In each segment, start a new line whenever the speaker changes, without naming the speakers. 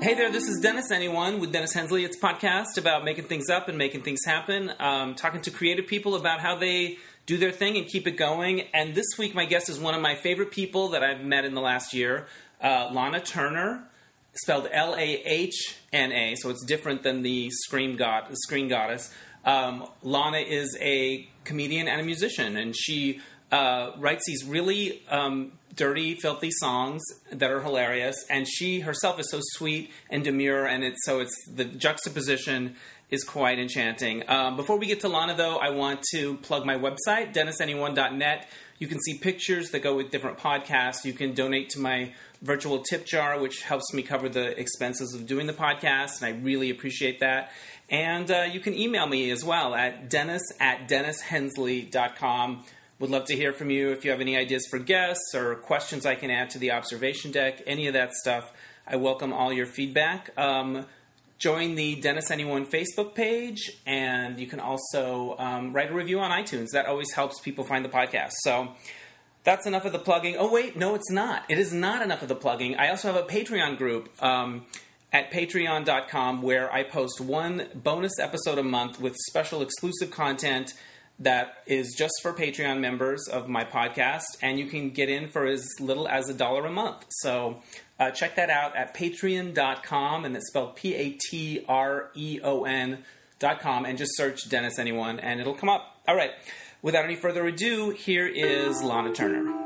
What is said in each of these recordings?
Hey there, this is Dennis Anyone with Dennis Hensley. It's a podcast about making things up and making things happen, um, talking to creative people about how they do their thing and keep it going. And this week, my guest is one of my favorite people that I've met in the last year, uh, Lana Turner, spelled L A H N A, so it's different than the Scream god- Screen Goddess. Um, Lana is a comedian and a musician, and she uh, writes these really um, dirty, filthy songs that are hilarious. And she herself is so sweet and demure, and it's so it's the juxtaposition is quite enchanting. Um, before we get to Lana, though, I want to plug my website, DennisAnyone.net. You can see pictures that go with different podcasts. You can donate to my virtual tip jar, which helps me cover the expenses of doing the podcast, and I really appreciate that. And uh, you can email me as well at dennis at dennishensley.com. Would love to hear from you if you have any ideas for guests or questions I can add to the observation deck, any of that stuff. I welcome all your feedback. Um, join the Dennis Anyone Facebook page, and you can also um, write a review on iTunes. That always helps people find the podcast. So that's enough of the plugging. Oh, wait, no, it's not. It is not enough of the plugging. I also have a Patreon group. Um, at patreon.com, where I post one bonus episode a month with special exclusive content that is just for Patreon members of my podcast, and you can get in for as little as a dollar a month. So uh, check that out at patreon.com, and it's spelled P A T R E O N.com, and just search Dennis Anyone, and it'll come up. All right, without any further ado, here is Lana Turner.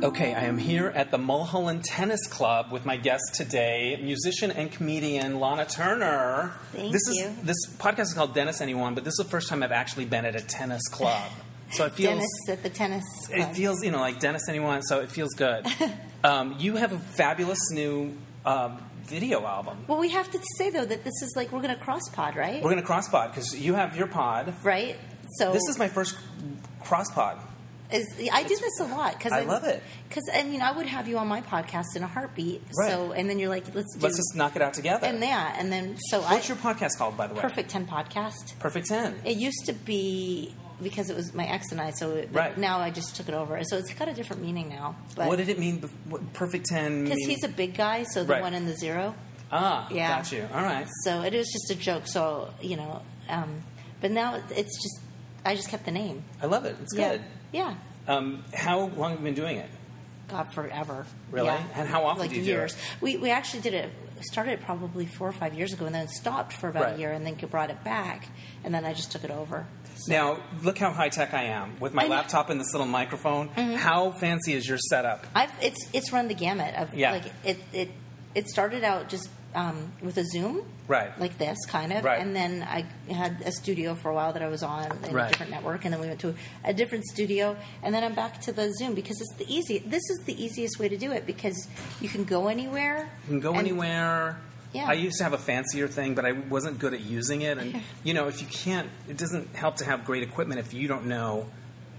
Okay, I am here at the Mulholland Tennis Club with my guest today, musician and comedian Lana Turner.
Thank
this is
you.
this podcast is called Dennis Anyone, but this is the first time I've actually been at a tennis club. So it feels
Dennis at the tennis club.
it feels you know like Dennis Anyone, so it feels good. um, you have a fabulous new um, video album.
well, we have to say though that this is like we're going to cross pod, right?
We're gonna cross pod because you have your pod.
right. So
This is my first cross pod.
is- I do this a lot because
I love it.
Because I mean, I would have you on my podcast in a heartbeat.
Right.
So, and then you're like, let's do
Let's just knock it out together.
and that, and then so I
What's your podcast called, by the way?
perfect ten podcast.
Perfect Ten.
It used to be because it was my ex and I. So it,
Right.
now I just took it over. So it's got a different meaning now. But
what did it mean? bef- What, perfect ten.
because he's a big guy, so the
Right.
one and the zero.
ah.
yeah.
Got you. All right.
So it was just a joke. So you know, um, but now it's just I just kept the name.
I love it. It's
Yeah.
good.
Yeah.
Um, how long have you been doing it?
God forever.
Really?
Yeah.
And how often
like
do you do
years. We we actually did it started probably four or five years ago and then stopped for about
Right.
a year and then brought it back and then I just took it over.
Now, look how high tech I am with my
I Mm-hmm. know.
laptop and this little microphone. How fancy is your setup?
I've it's it's run the gamut of
Yeah.
like it it it started out just um, with a Zoom.
Right.
Like this kind of.
Right.
And then I had a studio for a while that I was on in
Right.
a different network and then we went to a different studio and then I'm back to the Zoom because it's the easy this is the easiest way to do it because you can go anywhere.
You can go
and-
anywhere.
Yeah.
I used to have a fancier thing, but I wasn't good at using it. And you know, if you can't, it doesn't help to have great equipment if you don't know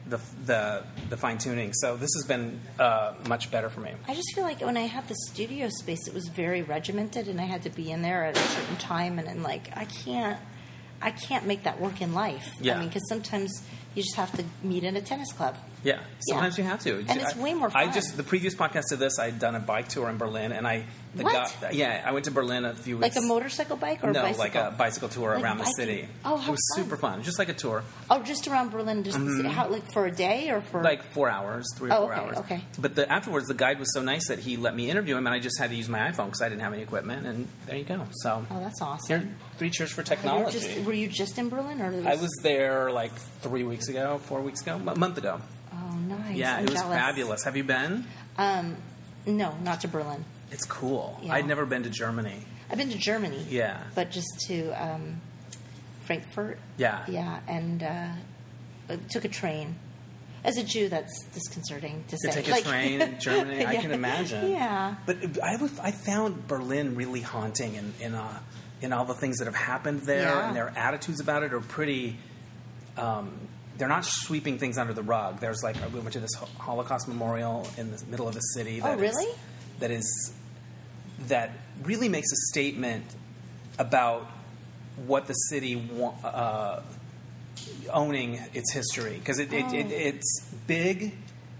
the the, the fine tuning. So this has been uh, much better for me.
I just feel like when I had the studio space, it was very regimented, and I had to be in there at a certain time, and, and like I can't, I can't make that work in life.
Yeah.
I mean, because sometimes you just have to meet in a tennis club.
Yeah, sometimes you have to.
And it's
I-
way more
I
fun.
just the previous podcast to this, I'd done a bike tour in Berlin, and I the
What?
guy- yeah, I went to Berlin a few
Like
weeks.
a motorcycle bike or
no,
a bicycle?
like a bicycle tour
Like
around the
biking.
city.
Oh, how
it was
fun.
super fun, just like a tour,
Oh, just around Berlin, just the city. how, like for a day or for
Mm-hmm. like four hours, three or
Oh,
four
okay,
hours.
okay.
But the, afterwards, the guide was so nice that he let me interview him, and I just had to use my iPhone because I didn't have any equipment. And there you go. So
Oh, that's
here,
awesome.
three cheers for
And you were,
technology.
just, were you just in Berlin, or
I was there like three weeks ago, four weeks ago, a month ago.
Oh, nice.
Yeah,
I'm
it was
jealous.
fabulous. Have you been?
Um, no, not to Berlin.
It's cool.
Yeah.
I'd never been to Germany.
I've been to Germany.
Yeah.
But just to um, Frankfurt.
Yeah.
Yeah, and uh, I took a train. As a Jew, that's disconcerting
to
to, say.
take a
Like-
train in Germany. I can
Yeah.
imagine.
Yeah.
But I, was, I found Berlin really haunting in in, uh, in all the things that have happened there,
Yeah.
and their attitudes about it are pretty. Um, they're not sweeping things under the rug. There's like we went to this Ho- Holocaust memorial in the middle of the city.
Oh,
that is-
really?
that is that really makes a statement about what the city wa- uh, owning its history because it, it,
Oh.
it, it's big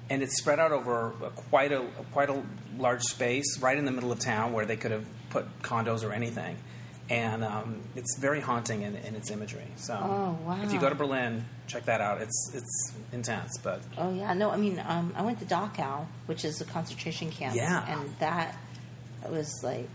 and it's spread out over a, quite a, a quite a large space right in the middle of town where they could have put condos or anything. And um, it's very haunting in, in its imagery. So
Oh, wow.
if you go to Berlin, check that out. It's it's intense, but
Oh yeah, no, I mean, um, I went to Dachau, which is a concentration camp.
Yeah.
and that was like,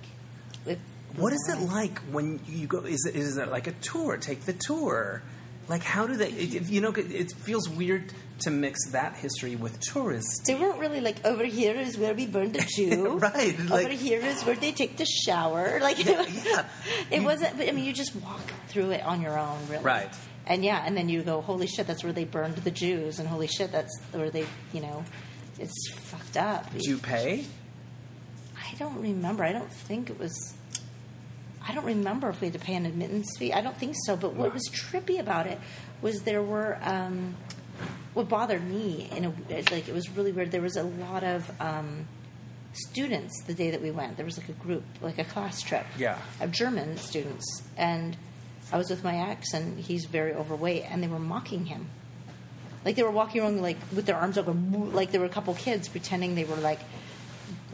it was
What is it like when you go? Is it is it like a tour? Take the tour. Like how do they? It, it- you know, it, it feels weird to mix that history with tourists.
They weren't really like over here is where we burn the Jew.
Right,
Over
like-
here is where they take the shower. Like
Yeah,
it wasn't. But I mean, you just walk through it on your own, really.
Right.
And yeah, and then you go, holy shit, that's where they burned the Jews, and holy shit, that's where they, you know, it's fucked up.
do you pay?
I don't remember. I don't think it was. I don't remember if we had to pay an admittance fee. I don't think so. But what
Wow.
was trippy about it was there were um, what bothered me in a it- like it was really weird. There was a lot of um, students the day that we went. There was like a group, like a class trip,
Yeah.
of German students, and I was with my ex, and he's very overweight, and they were mocking him. Like they were walking around like with their arms open, woo- like there were a couple kids pretending they were like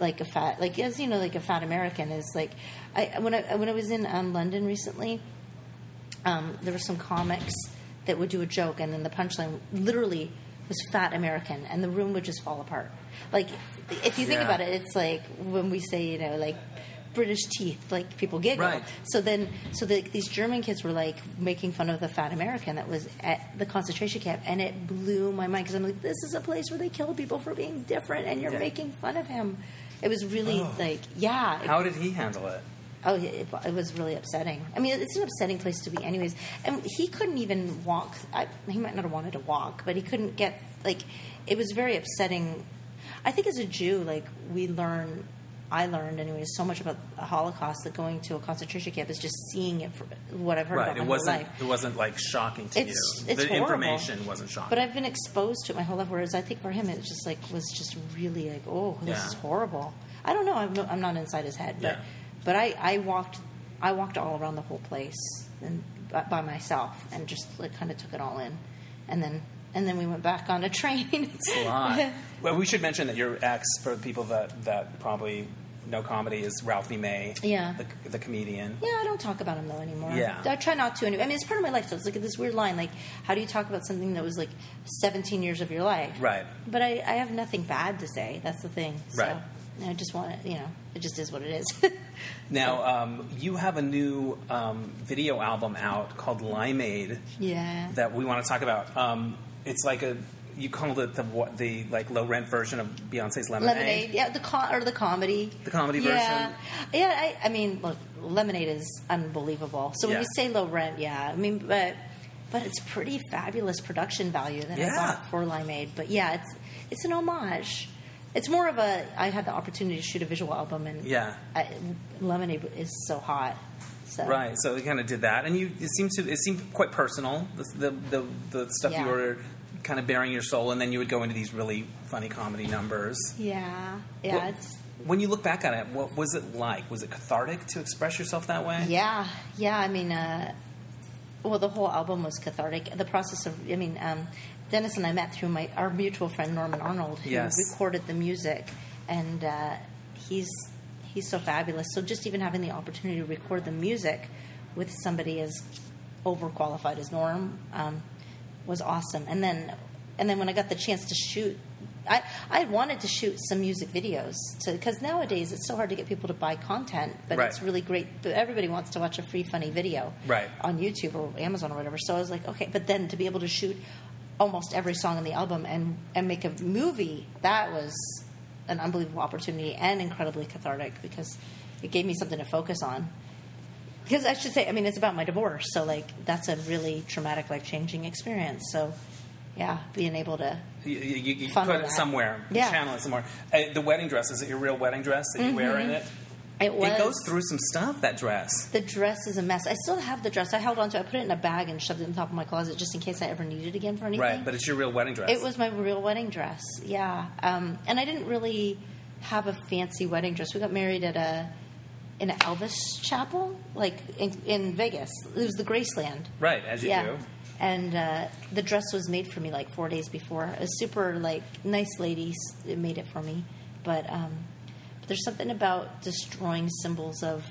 like a fat like as you know like a fat American is like I when I when I was in um, London recently, um, there were some comics that would do a joke and then the punchline literally was fat American and the room would just fall apart. Like if you think
Yeah.
about it, it's like when we say you know like. British teeth, like people giggle.
Right.
So then, so the, these German kids were like making fun of the fat American that was at the concentration camp, and it blew my mind because I'm like, this is a place where they kill people for being different, and you're
Yeah.
making fun of him. It was really
Oh.
like, yeah, it-
How did he handle it?
oh, yeah, it, it was really upsetting. I mean, it's an upsetting place to be, anyways. And he couldn't even walk. I, he might not have wanted to walk, but he couldn't get like. It was very upsetting. I think as a Jew, like we learn. I learned, anyways, so much about the Holocaust that going to a concentration camp is just seeing it for what I've heard about
Right,
my
it
whole
wasn't
life.
it wasn't like shocking to
It's-
you.
it's
the
horrible.
information wasn't shocking.
But I've been exposed to it my whole life. Whereas I think for him, it just like was just really like, oh, this
Yeah.
is horrible. I don't know. I'm, no, I'm not inside his head, but
Yeah.
but I, I walked I walked all around the whole place and by, by myself and just like kind of took it all in, and then and then we went back on a train.
It's a lot. well, we should mention that your ex, for people that that probably know comedy, is Ralphie May.
Yeah.
the, the comedian.
Yeah, I don't talk about him though anymore.
Yeah.
I try not to. Anyway. I mean, it's part of my life. So it's like this weird line, like, how do you talk about something that was like 17 years of your life?
Right.
But I, I have nothing bad to say. That's the thing. So,
Right.
I just want it. You know, it just is what it is.
Now um, you have a new um, video album out called Limeade.
yeah.
that we want to talk about. Um, it's like a you called it the what the like low rent version of Beyonce's Lemonade.
Lemonade, yeah, the com- or the comedy,
The comedy
yeah.
version.
Yeah, I, I mean, look, Lemonade is unbelievable. So when
Yeah.
you say low rent, yeah, I mean, but but it's pretty fabulous production value that
Yeah.
I got for Limeade. But yeah, it's it's an homage. It's more of a. I had the opportunity to shoot a visual album, and
Yeah.
I, Lemonade is so hot. So
Right. So we kind of did that, and you it seemed to it seemed quite personal. The the the, the stuff
Yeah.
you were kind of bearing your soul, and then you would go into these really funny comedy numbers.
Yeah, yeah,
What-
it's
when you look back on it, what was it like? Was it cathartic to express yourself that way?
Yeah, yeah. I mean, uh, well, the whole album was cathartic. The process of, I mean, um, Dennis and I met through my our mutual friend Norman Arnold, who
Yes.
recorded the music, and uh, he's he's so fabulous. So just even having the opportunity to record the music with somebody as overqualified as Norm um, was awesome. And then and then when I got the chance to shoot. I, I wanted to shoot some music videos because nowadays it's so hard to get people to buy content, but
Right.
it's really great. But everybody wants to watch a free, funny video
Right.
on YouTube or Amazon or whatever. So I was like, okay, but then to be able to shoot almost every song on the album and and make a movie that was an unbelievable opportunity and incredibly cathartic because it gave me something to focus on. Because I should say, I mean, it's about my divorce, so like that's a really traumatic, life changing experience. So, yeah, being able to
You, you, you
Funnel
put it
that.
somewhere,
Yeah.
channel it somewhere. Uh, the wedding dress is it your real wedding dress that you wear in it?
Mm-hmm. it was
It goes through some stuff. That dress.
The dress is a mess. I still have the dress. I held onto. it. I put it in a bag and shoved it in the top of my closet just in case I ever needed it again for anything.
Right, but it's your real wedding dress.
It was my real wedding dress, yeah. Um, and I didn't really have a fancy wedding dress. We got married at a in an Elvis chapel, like in, in Vegas. It was the Graceland.
right as you
yeah.
do.
And uh, the dress was made for me like four days before. A super like nice lady s- made it for me, but um, There's something about destroying symbols of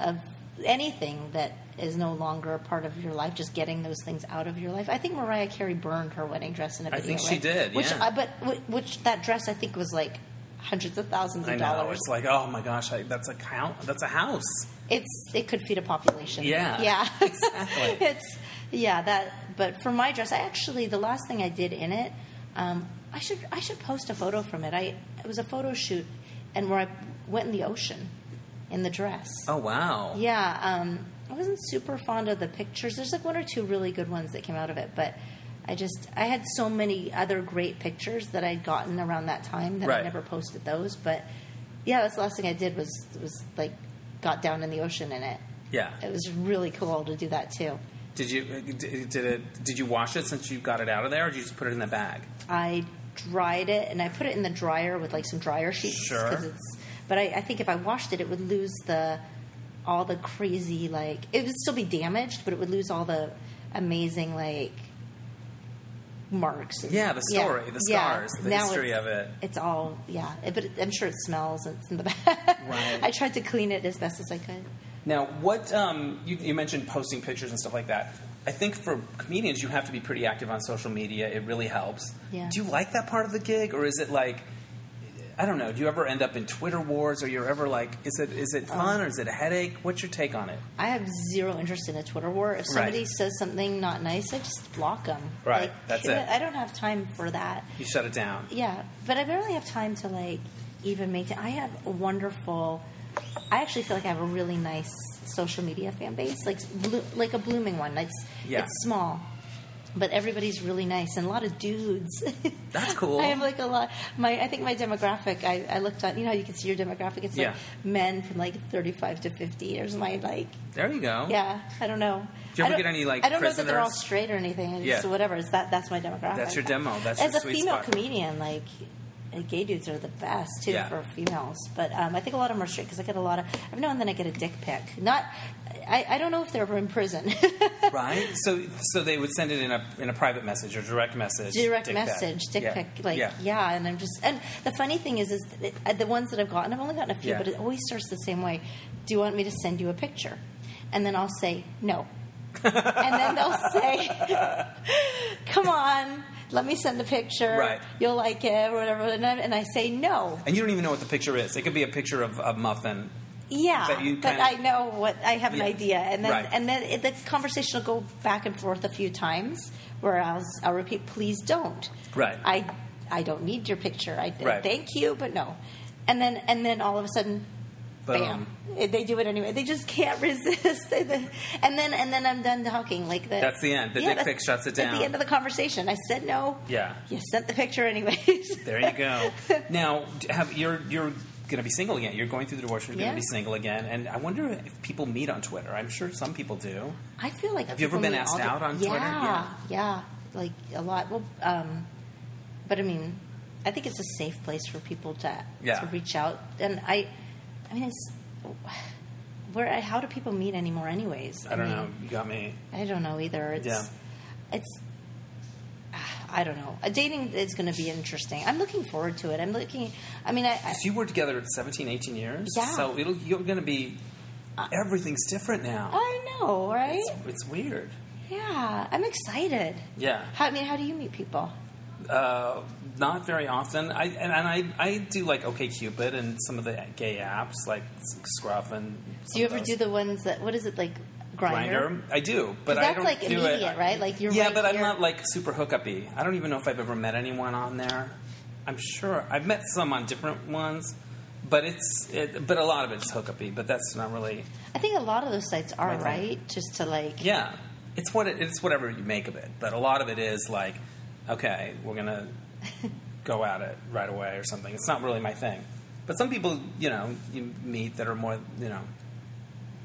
of anything that is no longer a part of your life. Just getting those things out of your life. I think Mariah Carey burned her wedding dress in a
I
video.
think she
right?
did,
Which,
yeah.
I but wh- which that dress I think was like hundreds of thousands of
I know.
dollars.
It's like, oh my gosh, I, that's a count. That's a house.
It's it could feed a population.
Yeah.
yeah,
Exactly.
it's yeah that. But for my dress, I actually the last thing I did in it, um, I should I should post a photo from it. I it was a photo shoot, and where I went in the ocean, in the dress.
Oh wow.
Yeah, um, I wasn't super fond of the pictures. There's like one or two really good ones that came out of it, but I just I had so many other great pictures that I'd gotten around that time that I
Right.
never posted those. But yeah, that's the last thing I did was was like got down in the ocean in it.
Yeah.
It was really cool to do that too.
Did you uh, did did it? Did you wash it since you got it out of there, or did you just put it in the bag?
I dried it and I put it in the dryer with like some dryer sheets.
Sure.
'cause it's, but I, I think if I washed it, it would lose the all the crazy like it would still be damaged, but it would lose all the amazing like marks. and-
Yeah, the story, the scars, the history
it's-
of it.
It's all yeah, it, but it, I'm sure it smells. And it's in the back.
Right.
I tried to clean it as best as I could.
Now, what um, you, you mentioned posting pictures and stuff like that. I think for comedians, you have to be pretty active on social media. It really helps.
Yeah.
Do you like that part of the gig, or is it like? I don't know. Do you ever end up in Twitter wars, or you're ever like, is it is
Uh.
it fun or is it a headache? What's your take on it?
I have zero interest in a Twitter war. If somebody says something not nice, I just block them.
Right, that's it.
I don't have time for that.
You shut it down.
Yeah, but I barely have time to like even maintain. I have a wonderful. I actually feel like I have a really nice social media fan base, like blo- like a blooming one. It's
Yeah.
it's small, but everybody's really nice and a lot of dudes.
That's cool.
I have like a lot. My I think my demographic. I, I looked on. You know, how you can see your demographic. It's like
Yeah.
men from like thirty five to fifty. There's my like
There you go.
yeah. I don't know.
Do you ever
I don't-
get any, like,
I don't know that they're all
prisoners?
straight or anything. It's
Yeah.
just whatever. It's that. That's my demographic.
That's your demo. That's
as
your
a
sweet
female
spot.
comedian. Like uh, gay dudes are the best too
Yeah.
for females. But um, I think a lot of them are straight because I get a lot of. Every now and then I get a dick pic. Not. I, I don't know if they're ever in prison.
Right. So so they would send it in a in a private message or direct message.
direct
dick pic.
message, dick
Yeah.
pic, like
yeah.
yeah. And I'm just and the funny thing is, is that it- uh, the ones that I've gotten, I've only gotten a few,
Yeah.
but it always starts the same way. Do you want me to send you a picture? And then I'll say no, and then they'll say, "Come on, let me send the picture.
Right.
You'll like it or whatever." And I, and I say no.
And you don't even know what the picture is. It could be a picture of a muffin.
Yeah,
But you
but
kinda-
I know what I have an
Yeah.
idea, and then
Right.
and then it, the conversation will go back and forth a few times, where I'll s- I'll repeat, please don't.
Right.
I I don't need your picture. I
Right.
thank you, but no. And then and then all of a sudden,
Boom.
bam, they do it anyway. They just can't resist. and then and then I'm done talking. Like the,
That's the end. The dick
that's-
pic shuts it
At
down.
the end of the conversation, I said no.
Yeah.
You sent the picture anyways.
There you go. now, d- have, you're you're going to be single again. You're going through the divorce. You're
Yeah.
going to be single again. And I wonder if people meet on Twitter. I'm sure some people do.
I feel like
Have you ever
people
been
need
asked
all the-
out on
yeah,
Twitter? Yeah.
Yeah, like a lot. Well, um, but I mean, I think it's a safe place for people to
Yeah.
to reach out. And I, I mean, it's where how do people meet anymore? Anyways,
I don't
mean,
know. You got me.
I don't know either. It's, It's. I don't know. Uh, Dating is going to be interesting. I'm looking forward to it. I'm looking. I mean, I, I
So you were together at 17, 18 years.
Yeah.
So it'll, you're going to be. Everything's different now.
I know, oh, right?
It's, it's weird.
Yeah, I'm excited.
Yeah.
How, I mean, how do you meet people?
Uh, not very often. I and, and I I do like OK Cupid and some of the gay apps like Scruff and.
Do you ever do the ones that what is it like grinder?
Grinder, I do, but I
that's
don't
like
do
immediate,
it.
right? Like you're
yeah,
right
but I'm
here.
not like super hookup-y. I don't even know if I've ever met anyone on there. I'm sure I've met some on different ones, but it's it, but a lot of it's hookup-y. But that's not really
I think a lot of those sites are
Right.
right, just to like
yeah. It's what it, it's whatever you make of it. But a lot of it is like, okay, we're gonna go at it right away or something. It's not really my thing. But some people, you know, you meet that are more, you know,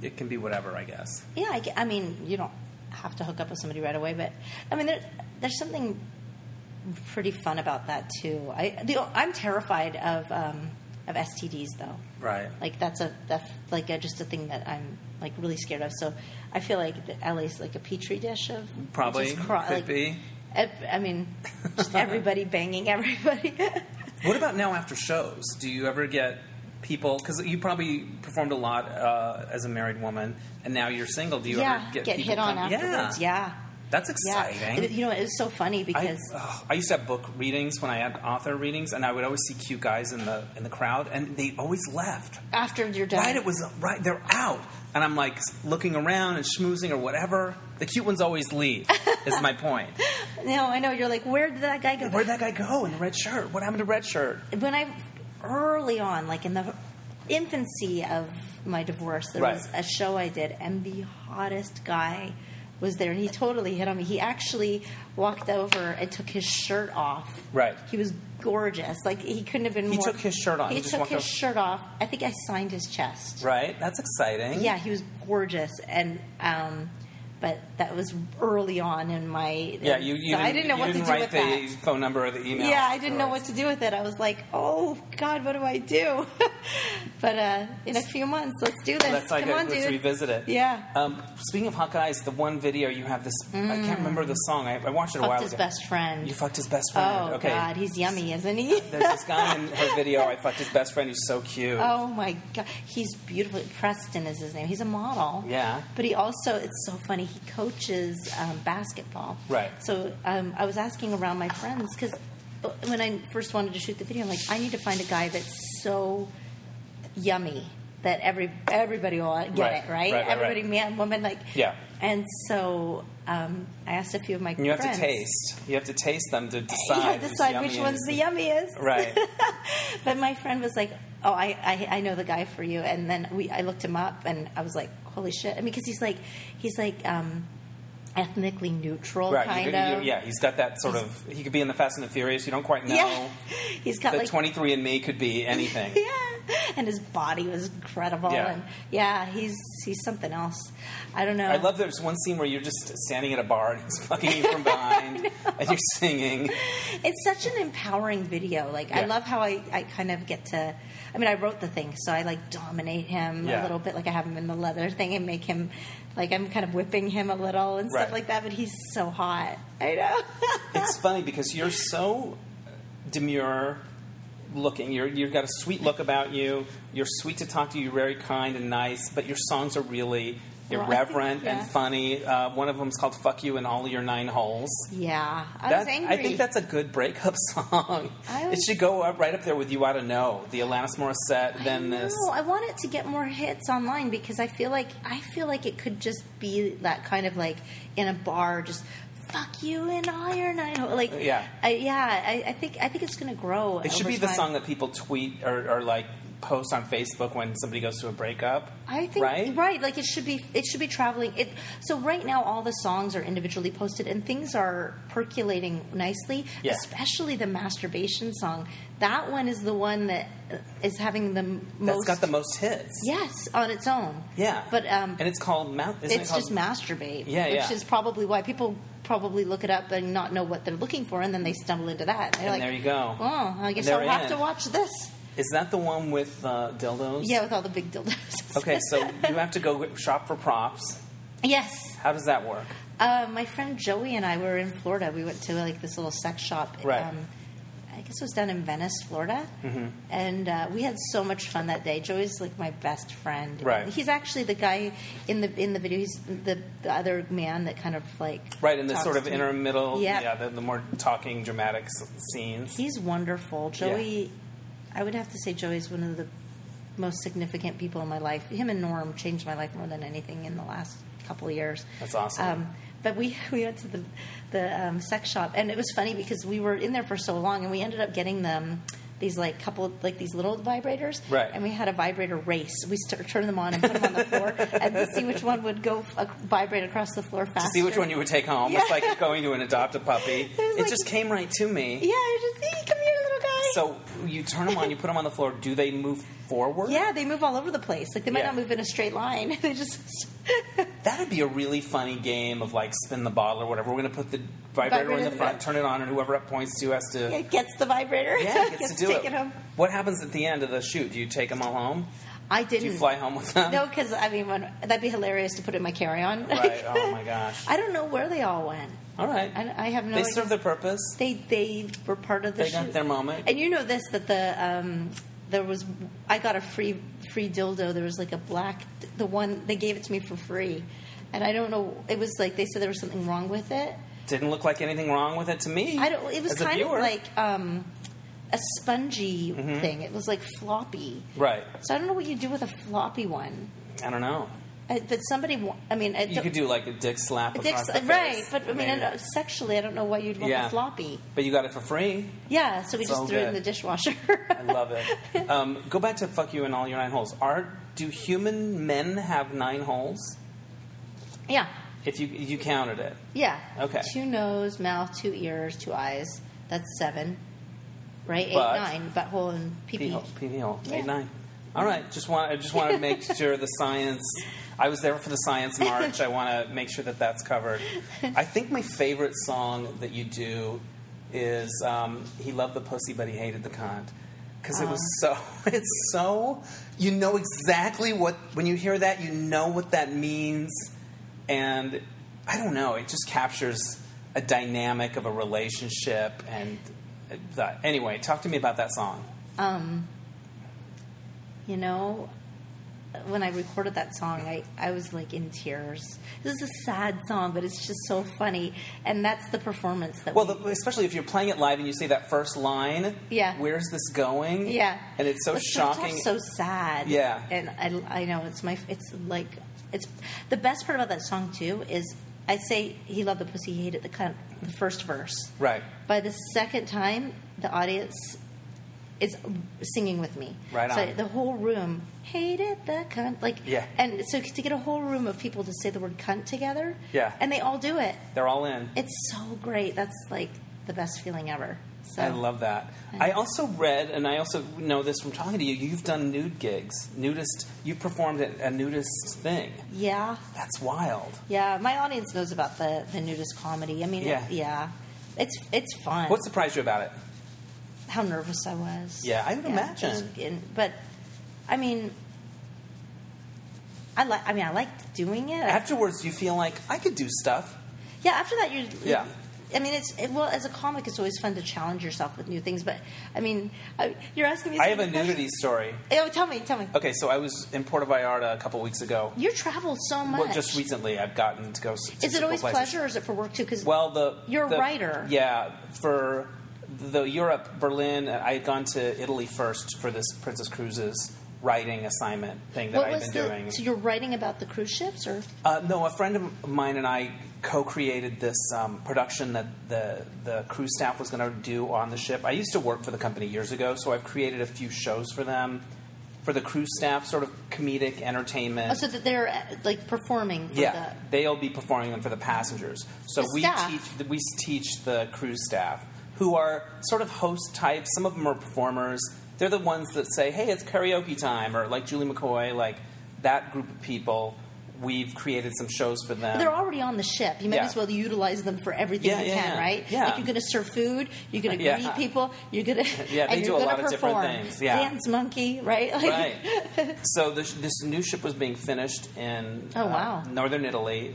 it can be whatever, I guess.
yeah. I, ge- I mean, you don't have to hook up with somebody right away, but I mean, there, there's something pretty fun about that too. I the, I'm terrified of um, of STDs though.
Right.
Like that's a that's like a, just a thing that I'm like really scared of. So I feel like the LA's like a petri dish of
Probably.
just cro-
Could
like,
be.
ev- I mean, just everybody banging everybody.
What about now after shows? Do you ever get people? Because you probably performed a lot uh, as a married woman, and now you're single. Do you
yeah,
ever
get,
get, people
hit on
come-
afterwards.
Yeah.
Yeah,
that's
yeah.
exciting.
It- you know, it's so funny
I,
because
ugh, I used to have book readings when I had author readings, and I would always see cute guys in the in the crowd, and they always left.
after you're done,
Right, it was right. They're out, and I'm like looking around and schmoozing or whatever. The cute ones always leave. is my point.
no, I know you're like, where did that guy go?
Where'd that guy go in the red shirt? What happened to red shirt?
when I early on, like in the infancy of my divorce, there
Right.
was a show I did, and the hottest guy was there, and he totally hit on me. He actually walked over and took his shirt off.
Right.
He was gorgeous. Like he couldn't have been.
He
more,
took his shirt off.
He,
He just
took
walked
his
over-
shirt off. I think I signed his chest.
Right, that's exciting.
Yeah, he was gorgeous, and um, but that was early on in my.
yeah. You, you
so
didn't,
I didn't know
you
what
didn't
to do
write
with
the
that.
phone number or the email.
Yeah, I didn't know what
afterwards.
to do with it. I was like, "Oh God, what do I do?" but uh, in a few months, let's do this.
Let's, like,
Come on,
let's
dude.
revisit it.
Yeah.
Um, speaking of hot guys, the one video you have this, I can't remember the song. I, I watched it a
Mm. Fucked
while
his
ago.
best friend.
You fucked his best friend.
oh
okay.
God, he's yummy, isn't he?
There's this guy in her video. I fucked his best friend. He's so cute.
oh my God, he's beautiful. Preston is his name. He's a model.
Yeah.
But he also, it's so funny, he coaches um, basketball.
Right.
So um, I was asking around my friends because when I first wanted to shoot the video, I'm like, I need to find a guy that's so yummy that every everybody will
Right,
get it, right?
right, right,
everybody,
right.
man, woman, like.
Yeah.
And so um, I asked a few of my
And you have
friends.
to taste. You have to taste them to decide.
You have to
who's
decide
yummy
which
and
one's the
who's-
yummiest.
Right.
but my friend was like, "Oh, I, I I know the guy for you." And then we I looked him up, and I was like, "Holy shit!" I mean, because he's like he's like um, ethnically neutral,
Right.
kind
you could, you-
of.
yeah. He's got that sort of. He could be in the Fast and the Furious. You don't quite know.
yeah. He's got
The
like
23 and Me could be anything.
yeah, and his body was incredible,
Yeah.
and yeah, he's he's something else. I don't know.
I love there's one scene where you're just standing at a bar and he's fucking you from behind and you're singing.
It's such an empowering video. Like I
Yeah.
love how I, I kind of get to. I mean, I wrote the thing, so I like dominate him
Yeah.
a little bit. Like I have him in the leather thing and make him like I'm kind of whipping him a little and stuff
Right.
like that. But he's so hot. I know.
It's funny because you're so demure looking. You're, you've got a sweet look about you. You're sweet to talk to. You're very kind and nice, but your songs are really
Right.
irreverent
Yeah.
and funny. Uh, one of them's called "Fuck You" and all your nine holes.
yeah, I was
That-
angry.
think that's a good breakup song.
I
It
was-
should go up, right up there with "You Oughta Know," the Alanis Morissette. Then this.
No, I want it to get more hits online because I feel like I feel like it could just be that kind of like in a bar, just fuck you and all your nine. ho-" Like
Yeah.
I, yeah. I, I think I think it's going to grow.
It should
over
be the
time.
song that people tweet or, or like post on Facebook when somebody goes through a breakup.
I think
right.
right? like it should be it should be traveling it so right now all the songs are individually posted and things are percolating nicely
Yeah.
especially the masturbation song that one is the one that uh, is having the m-
That's
most
got the most hits.
yes on its own
Yeah.
but um
and it's called Mount. Isn't
it's
it called,
just masturbate
Yeah,
which
yeah.
is probably why people probably look it up and not know what they're looking for and then they stumble into that they're
And
like
there you go.
oh I guess
They're
I'll have
in.
to watch this
Is that the one with uh, dildos?
yeah with all the big dildos
Okay, so you have to go shop for props.
yes
How does that work?
Uh, my friend Joey and I were in Florida. We went to like this little sex shop. um,
Right. Mm-hmm.
I guess it was down in Venice, Florida, and uh, we had so much fun that day. Joey's like my best friend.
Right.
He's actually the guy in the in the video. He's the, the other man that kind of like
Right in the
talks
sort of
to me.
inner middle,
Yeah.
yeah, the, the more talking, dramatic s- scenes.
He's wonderful. Joey, I would have to say Joey's one of the most significant people in my life. Him and Norm changed my life more than anything in the last couple of years.
That's awesome.
Um, but we, we went to the, the um, sex shop, and it was funny because we were in there for so long, and we ended up getting them these like couple of, like these little vibrators,
Right.
And we had a vibrator race. We st- turned them on and put them on the floor, and to see which one would go uh, vibrate across the floor faster.
See which one you would take home. It's
Yeah.
like going to an adopt a puppy.
was
It
like-
just came right to me.
Yeah, I just see, come here, little guy.
So you turn them on, you put them on the floor. Do they move forward?
Yeah, they move all over the place. Like they might
Yeah.
not move in a straight line. they just
That'd be a really funny game of like spin the bottle or whatever. We're gonna put the vibrator in the
Vibrator.
front, turn it on, and whoever it points to has to.
it gets the vibrator.
Yeah, gets to do
take
it.
it home.
What happens at the end of the shoot? Do you take them all home?
I
Do
didn't.
you fly home with them?
No, because I mean, when, that'd be hilarious to put in my carry-on.
Right. Oh my gosh.
I don't know where they all went.
All right.
I, I have no.
they
idea.
serve their purpose.
They they were part of the.
They got
shoot.
their moment.
And you know this that the um, there was I got a free free dildo. There was like a black the one they gave it to me for free, and I don't know. It was like they said there was something wrong with it.
Didn't look like anything wrong with it to me.
I don't. It was
as a
kind of
viewer. Mm-hmm.
like um, a spongy thing. It was like floppy.
right.
So I don't know what you do with a floppy one.
I don't know.
I, but somebody, wa- I mean, I
You
don't-
could do like a dick slap
a
across
dick's,
the
right?
face.
But I mean, I don't- sexually, I don't know why you'd want
Yeah.
a floppy.
but you got it for free.
Yeah, so we
So
just threw it in
good.
the dishwasher.
I love it. Um, go back to fuck you and all your nine holes. Are do human men have nine holes?
yeah,
If you you counted it,
yeah.
Okay.
Two nose, mouth, two ears, two eyes. That's seven, right? Eight,
But-
nine, butthole, and
pee
pee
hole, pee hole,
Yeah.
eight nine. All right, just want I just want to make sure the science. I was there for the science march. I want to make sure that that's covered. I think my favorite song that you do is um, "He Loved the Pussy but He Hated the Cunt" because it was so. It's so you know exactly what when you hear that you know what that means, and I don't know. It just captures a dynamic of a relationship and. uh, that- Anyway, talk to me about that song.
um, you know, when I recorded that song, I, I was like in tears. This is a sad song, but it's just so funny, and that's the performance that.
Well,
we,
the, especially if you're playing it live and you say that first line.
Yeah.
Where's this going?
yeah,
And it's so
But sometimes
shocking.
so sad.
Yeah.
and I, I know it's my it's like it's the best part about that song too is I say he loved the pussy, he hated the cunt. The first verse.
right.
By the second time, the audience is singing with me.
Right
So
on.
the whole room hated the cunt. Like
Yeah.
And so to get a whole room of people to say the word cunt together.
Yeah.
And they all do it.
They're all in.
It's so great. That's like the best feeling ever. So
I love that. I also read, and I also know this from talking to you. You've done nude gigs, nudist. You performed at a nudist thing.
Yeah.
That's wild.
Yeah. My audience knows about the the nudist comedy. I mean,
Yeah.
it- yeah. It's it's fun.
What surprised you about it?
how nervous I was.
Yeah, I would imagine.
just in- but I mean, I like. I mean, I liked doing it.
Afterwards, you feel like I could do stuff.
yeah. After that, you.
Yeah.
I mean, it's it, well as a comic, it's always fun to challenge yourself with new things. But I mean, I, you're asking me.
I
so
have a
many questions.
nudity story.
Oh, tell me, tell me.
Okay, so I was in Puerto Vallarta a couple weeks ago.
You travel so much.
Well, just recently, I've gotten to go. s- to
is it
several
always
places.
pleasure, or is it for work too? Because
Well, the
You're a
the-
writer.
Yeah, for the Europe, Berlin. I had gone to Italy first for this Princess Cruises writing assignment thing that
what
I've
was
been
the?
doing.
So you're writing about the cruise ships, or
Uh, no, a friend of mine and I co-created this um, production that the the crew staff was going to do on the ship. I used to work for the company years ago, so I've created a few shows for them, for the crew staff, sort of comedic entertainment.
oh, so that they're uh, like performing. For
Yeah,
The,
they'll be performing them for the passengers. So
The
we
staff.
teach we teach the cruise staff who are sort of host types. Some of them are performers. They're the ones that say, "Hey, it's karaoke time," or like Julie McCoy, like that group of people. We've created some shows for them.
They're already on the ship. You might
Yeah.
as well utilize them for everything
Yeah,
you
yeah,
can,
yeah.
right?
Yeah.
Like you're going to serve food, you're going to
Yeah.
greet people, you're going to
Yeah, they
and
do
you're
a
gonna
lot of different
perform.
things, yeah.
Dance monkey, right? Like,
Right. so this, this new ship was being finished in uh,
Oh, wow.
northern Italy,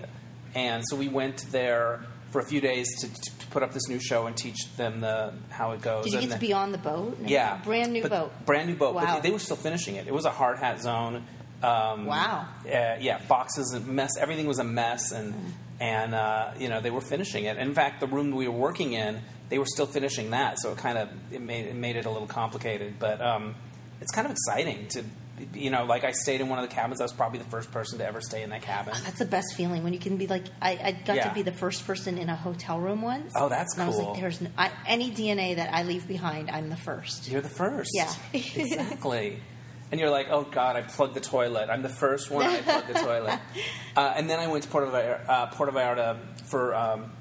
and so we went there for a few days to, to put up this new show and teach them the how it goes.
Did you
and
get to
the-
be on the boat? No.
Yeah,
Brand new
But-
boat.
Brand new boat.
Wow.
But they, they were still finishing it. It was a hard hat zone. Um,
Wow.
Uh, yeah, boxes and mess. Everything was a mess, and and uh, you know they were finishing it. In fact, the room we were working in, they were still finishing that. So it kind of it made it made it a little complicated. But um, it's kind of exciting to you know like I stayed in one of the cabins. I was probably the first person to ever stay in that cabin.
That's the best feeling when you can be like, I, I got
Yeah.
to be the first person in a hotel room once.
Oh, that's
and I was
cool.
like, there's no, I, any DNA that I leave behind, I'm the first.
You're the first.
Yeah.
exactly. And you're like, oh God, I plugged the toilet. I'm the first one. I plugged the toilet. Uh, and then I went to Puerto, Vallar- uh, Puerto Vallarta for um,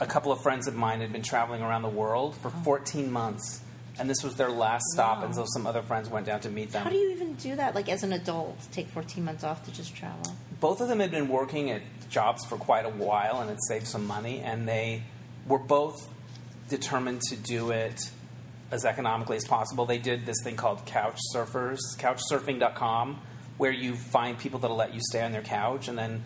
a couple of friends of mine had been traveling around the world for
Oh.
14 months, and this was their last stop. And so some other friends went down to meet them.
How do you even do that? Like as an adult, take 14 months off to just travel.
both of them had been working at jobs for quite a while and had saved some money, and they were both determined to do it as economically as possible. They did this thing called couch surfers, couchsurfing.com, where you find people that'll let you stay on their couch, and then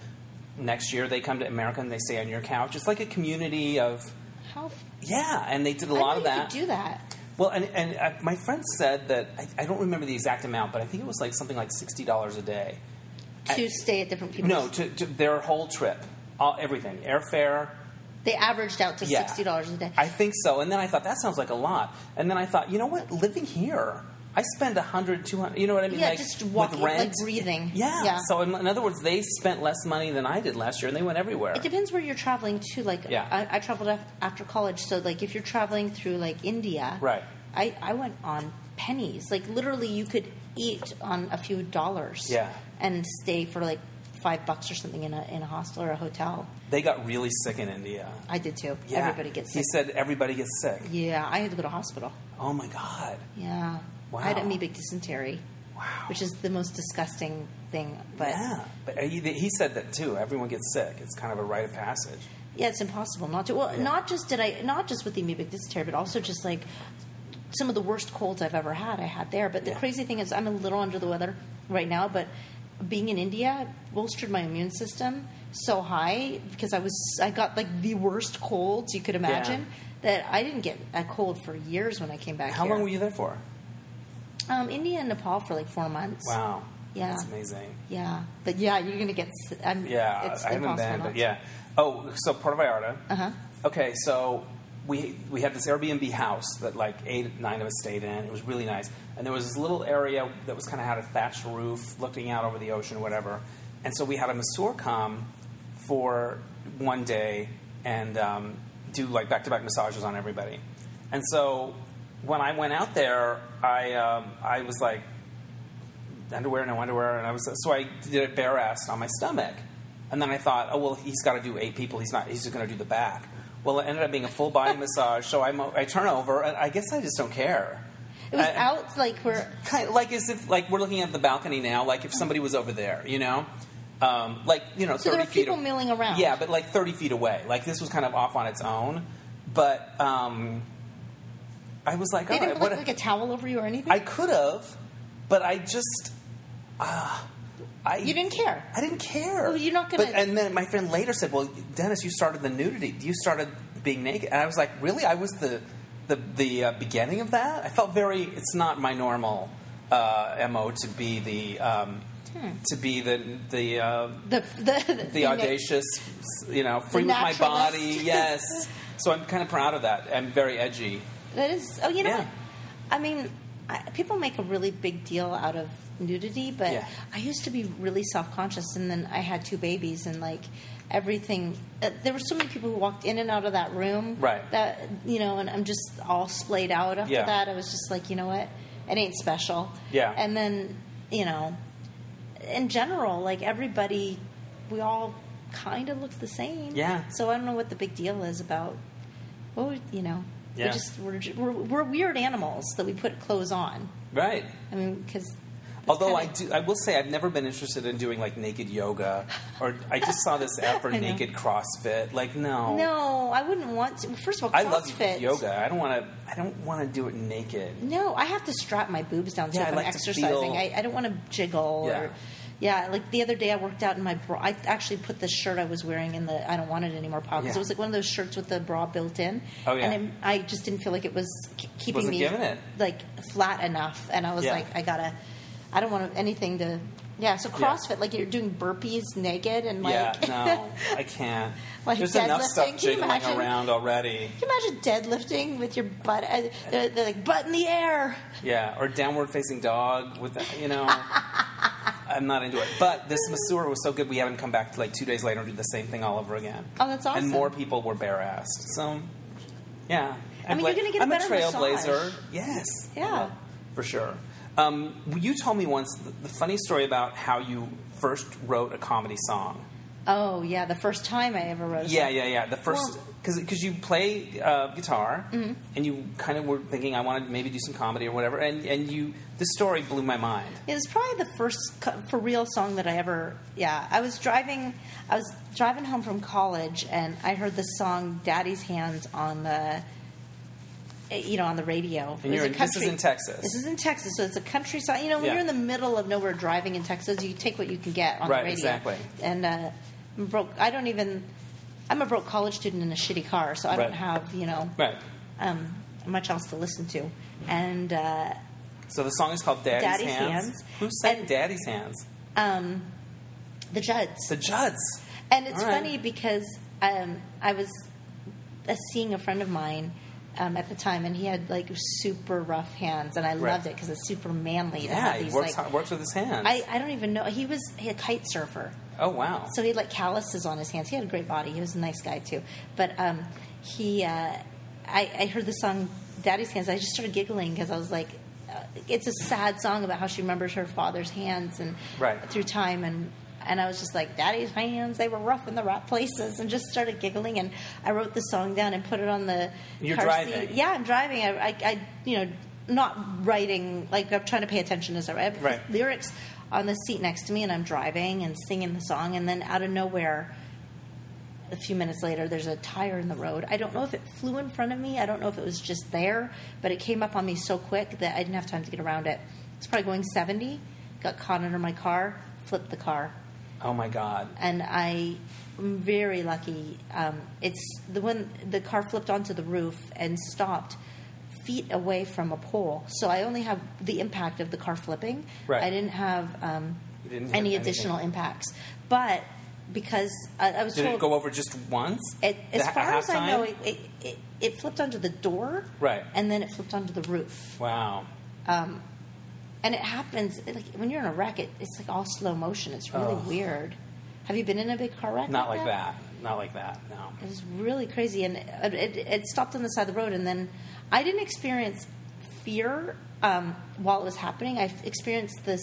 next year they come to America and they stay on your couch. It's like a community of
How?
yeah, and they did a
I
lot
didn't
of
know you
that.
could do that.
Well, and, and uh, my friend said that I, I don't remember the exact amount, but I think it was like something like sixty dollars a day.
to stay at different people's.
No, to, to their whole trip, all, everything, airfare.
they averaged out to
Yeah.
sixty dollars a day.
I think so. And then I thought that sounds like a lot. And then I thought, you know what? Living here, I spend 100, 200, you know what I mean?
Yeah,
like,
just
with
walking, like
rent.
breathing.
Yeah.
Yeah.
So in, in other words, they spent less money than I did last year, and they went everywhere.
It depends where you're traveling to. Like,
Yeah.
I, I traveled af- after college, so like if you're traveling through like India,
Right.
I I went on pennies. Like literally, you could eat on a few dollars.
Yeah.
And stay for like five bucks or something in a in a hostel or a hotel.
They got really sick in India.
I did too.
Yeah.
Everybody gets sick.
He said everybody gets sick.
yeah, I had to go to hospital.
Oh my god!
Yeah. I had
Wow.
amoebic dysentery,
Wow.
which is the most disgusting thing. But
yeah, but he, he said that too. Everyone gets sick. It's kind of a rite of passage.
Yeah, it's impossible not to. Well, not just did I, not just with the amoebic dysentery, but also just like some of the worst colds I've ever had, I had there. But the
Yeah.
crazy thing is, I'm a little under the weather right now, but being in India bolstered my immune system so high because I was, I got like the worst colds you could imagine that I didn't get a cold for years when I came back
How
here.
long were you there for?
Um, India and Nepal for like four months.
Wow.
Yeah.
That's amazing.
Yeah, but yeah, you're gonna get. s- I'm,
Yeah,
it's
I haven't
impossible
been,
not
but
to.
yeah. Oh, so Puerto Vallarta.
Uh-huh.
Okay, so we we had this Airbnb house that like eight nine of us stayed in. It was really nice, and there was this little area that was kind of had a thatched roof, looking out over the ocean, whatever. And so we had a masseur come for one day and um, do like back to back massages on everybody. And so when I went out there, I um, I was like underwear, no underwear, and I was so I did it bare assed on my stomach, and then I thought, oh well, he's got to do eight people. He's not. He's just going to do the back. Well, it ended up being a full body massage. So I'm, I turn over, and I guess I just don't care.
It was
I-
out like where
Kind of like as if like we're looking at the balcony now, like if somebody was over there, you know, um, like you know,
So there
thirty
were
feet.
people milling around.
Yeah, but like thirty feet away. Like this was kind of off on its own, but um, I was like,
They
all right,
didn't
what?
put like a towel over you or anything.
I could have, but I just, uh, I
you didn't care.
I didn't care.
Well, you're not gonna-
But, and then my friend later said, "Well, Dennis, you started the nudity. You started being naked." And I was like, "Really? I was the the the uh, beginning of that." I felt very. It's not my normal uh, mo to be the um, to be the the. Uh,
The the Hmm. the,
the audacious, you know, free with my
naturalist.
body, yes. so I'm kind of proud of that. I'm very edgy.
That is. Oh, you know.
Yeah.
What? I mean, I, people make a really big deal out of nudity, but
Yeah.
I used to be really self conscious, and then I had two babies, and like everything. Uh, there were so many people who walked in and out of that room.
Right.
That you know, and I'm just all splayed out after
Yeah.
that. I was just like, you know what, it ain't special.
Yeah.
And then you know, in general, like everybody, we all kind of look the same.
Yeah.
So I don't know what the big deal is about. What would, you know?
Yeah.
We just we're, ju- we're we're weird animals that we put clothes on.
Right.
I mean, because
Although I
kinda-
do, I will say I've never been interested in doing like naked yoga, or I just saw this app for
I know.
naked CrossFit. Like, no,
no, I wouldn't want to. First of all,
Oh. I
CrossFit.
love yoga. I don't want to. I don't want to do it naked.
No, I have to strap my boobs down so
Yeah,
if
I
I'm
like to
exercising.
feel-
I, I don't want to jiggle
Yeah.
or. Yeah, like the other day I worked out in my bra. I actually put the shirt I was wearing in the I don't want it anymore pile because
Yeah.
it was like one of those shirts with the bra built in.
Oh, yeah.
And I, I just didn't feel like it was k- keeping
Wasn't
me
giving it.
like flat enough, and I was
Yeah.
like, I gotta, I don't want anything to. Yeah, so CrossFit, like you're doing burpees naked and like.
yeah, no, I can't.
Like
There's enough
deadlifting,
stuff
can you
jiggling
imagine?
around already.
Can you imagine deadlifting with your butt? Uh, they're, they're like butt in the air.
Yeah, or downward facing dog with the- you know. I'm not into it. But this masseur was so good. We had him come back like two days later and do the same thing all over again.
Oh, that's awesome.
And more people were bare assed. So, yeah. I'm
mean,
glad-
you're gonna get a
I'm
better
a trailblazer.
massage.
Yes.
Yeah.
I love- For sure. Um, you told me once the, the funny story about how you first wrote a comedy song.
Oh yeah, the first time I ever wrote. a
Yeah,
song.
yeah, yeah. The first
Well- Mm-hmm.
because because you play uh, guitar and you kind of were thinking I wanted to maybe do some comedy or whatever, and and you the story blew my mind.
It was probably the first co- for real song that I ever. Yeah, I was driving. I was driving home from college, and I heard the song "Daddy's Hands" on the, eh, you know, on the radio.
And
It was
you're
a
in- this is
country-
in Texas.
This is in Texas, so it's a country song. You know, when
Yeah.
you're in the middle of nowhere driving in Texas, you take what you can get on
Right,
the radio.
exactly.
And uh, I'm broke. I don't even. I'm a broke college student in a shitty car, so I don't
Right.
have you know
Right.
um, much else to listen to. and uh,
So the song is called Daddy's,
Daddy's
Hands.
Hands.
Who sang
And-
Daddy's Hands?
um, the Judds.
The Judds.
And it's
All right.
funny because um, I was uh, seeing a friend of mine um, at the time, and he had like super rough hands, and I
Right.
loved it because it's super manly. to
Yeah,
have
he
these,
works
like,
hard- works with his hands.
I, I don't even know. He was he a kite surfer,
oh wow.
so he had like calluses on his hands. He had a great body. He was a nice guy too. But um, he, uh, I, I heard the song "Daddy's Hands." I just started giggling because I was like, uh, it's a sad song about how she remembers her father's hands and
Right.
through time and. And I was just like, Daddy's hands, they were rough in the right places, and just started giggling. And I wrote the song down and put it on the
You're
car
driving.
seat. Yeah, I'm driving. I, I, I, you know, not writing. Like I'm trying to pay attention as I write
Right.
lyrics on the seat next to me, and I'm driving and singing the song, and then out of nowhere, a few minutes later, there's a tire in the road. I don't know if it flew in front of me. I don't know if it was just there, but it came up on me so quick that I didn't have time to get around it. It's probably going 70. Got caught under my car, flipped the car,
oh my god.
and I am very lucky. Um, it's the when the car flipped onto the roof and stopped feet away from a pole, so I only have the impact of the car flipping.
Right.
I didn't have um,
You didn't hit
any
anything.
additional impacts, but because I, I was
Did
told
it go over just once?
it, as
At- at
far as I know,
halftime?
it, it, it, it flipped onto the door,
Right.
and then it flipped onto the roof.
Wow.
And it happens it, like when you're in a wreck. It, it's like all slow motion. It's really
Ugh.
weird. Have you been in a big car wreck?
Not like that. Not like that. No.
It was really crazy, and it, it, it stopped on the side of the road. And then I didn't experience fear um, while it was happening. I experienced this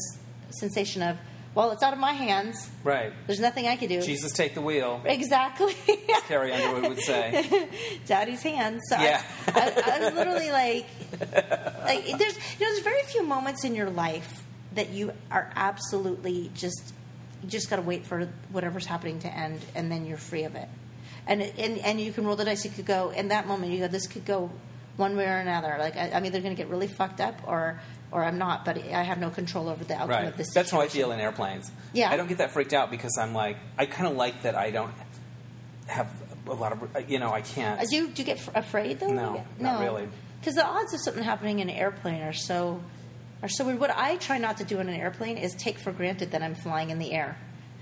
sensation of, well, it's out of my hands.
Right.
There's nothing I can do.
Jesus, take the wheel.
Exactly.
Carrie Underwood would say.
Daddy's hands. So I-
Yeah.
I, I, was literally like, like there's you know there's very few moments in your life that you are absolutely just you just got to wait for whatever's happening to end and then you're free of it. And it- and and you can roll the dice. It could go in that moment. You go, this could go one way or another. Like I, I'm either going to get really fucked up or or I'm not. But I have no control over the outcome
Right.
of this.
That's how I
situation.
feel in airplanes.
Yeah.
I don't get that freaked out because I'm like, I kind of like that I don't have a lot of, you know, I
Uh,
can't.
Do you, do you get f- afraid though?
No,
Yeah.
not really.
Because the odds of something happening in an airplane are so are so weird. What I try not to do in an airplane is take for granted that I'm flying in the air.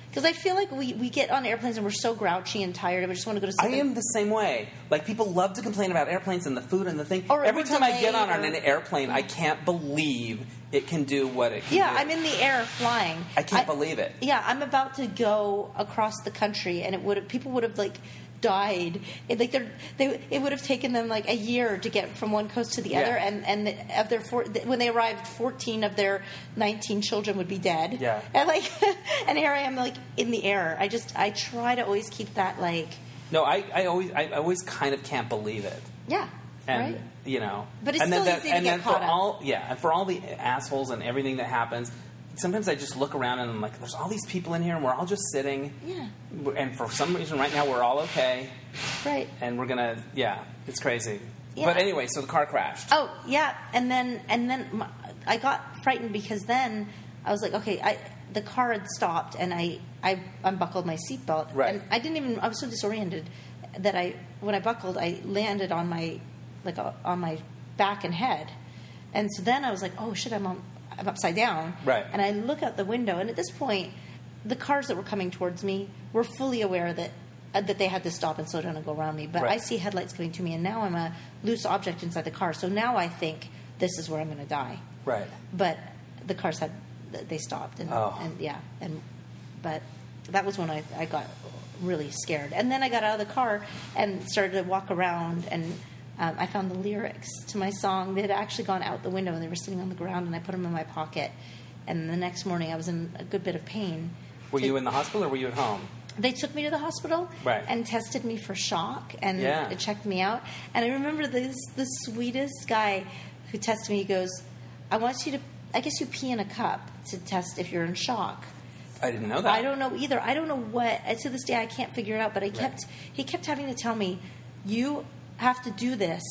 Because I feel like we, we get on airplanes and we're so grouchy and tired and we just want to go to
I
sleep.
am the same way. Like people love to complain about airplanes and the food and the thing.
Or
Every
we're
time I get on
delayed or-
an airplane, I can't believe it can do what it can
yeah,
do.
I'm in the air flying.
I can't believe it.
Yeah, I'm about to go across the country, and it would people would have like died. It, like they're, they it would have taken them like a year to get from one coast to the
Yeah.
other, and and the, of their four, when they arrived, 14 of their 19 children would be dead.
Yeah.
and like and here I am like in the air. I just I try to always keep that like
No, I, I always, I always kind of can't believe it.
yeah
and
right.
you know,
But it's
and
still
that-
easy to
and
get
then
caught
for
up.
all, yeah, and for all the assholes and everything that happens, sometimes I just look around and I'm like, there's all these people in here, and we're all just sitting,
Yeah,
and for some reason, right now, we're all okay,
right.
and we're gonna, yeah, it's crazy.
Yeah.
But anyway, so the car crashed.
Oh yeah, and then and then my, I got frightened because then I was like, okay, I the car had stopped and I I unbuckled my seatbelt
Right.
and I didn't even I was so disoriented that I when I buckled I landed on my like uh, on my back and head, and so then I was like, oh shit, I'm on, I'm upside down,
Right.
And I look out the window and at this point, the cars that were coming towards me were fully aware that. uh, That they had to stop and slow down and go around me, but
Right.
I see headlights coming to me, and now I'm a loose object inside the car. So now I think this is where I'm going to die.
Right.
But the cars had they stopped and,
Oh.
and yeah and but that was when I, I got really scared. And then I got out of the car and started to walk around and. Um, I found the lyrics to my song. They had actually gone out the window and they were sitting on the ground, and I put them in my pocket. And the next morning, I was in a good bit of pain.
Were
So-
you in the hospital or were you at home?
they took me to the hospital
Right.
and tested me for shock and
Yeah.
it checked me out. And I remember this the sweetest guy who tested me he goes, I want you to I guess you pee in a cup to test if you're in shock.
I didn't know that.
I don't know either. I don't know what. and To this day, I can't figure it out. But I kept he kept having to tell me, "You have to do this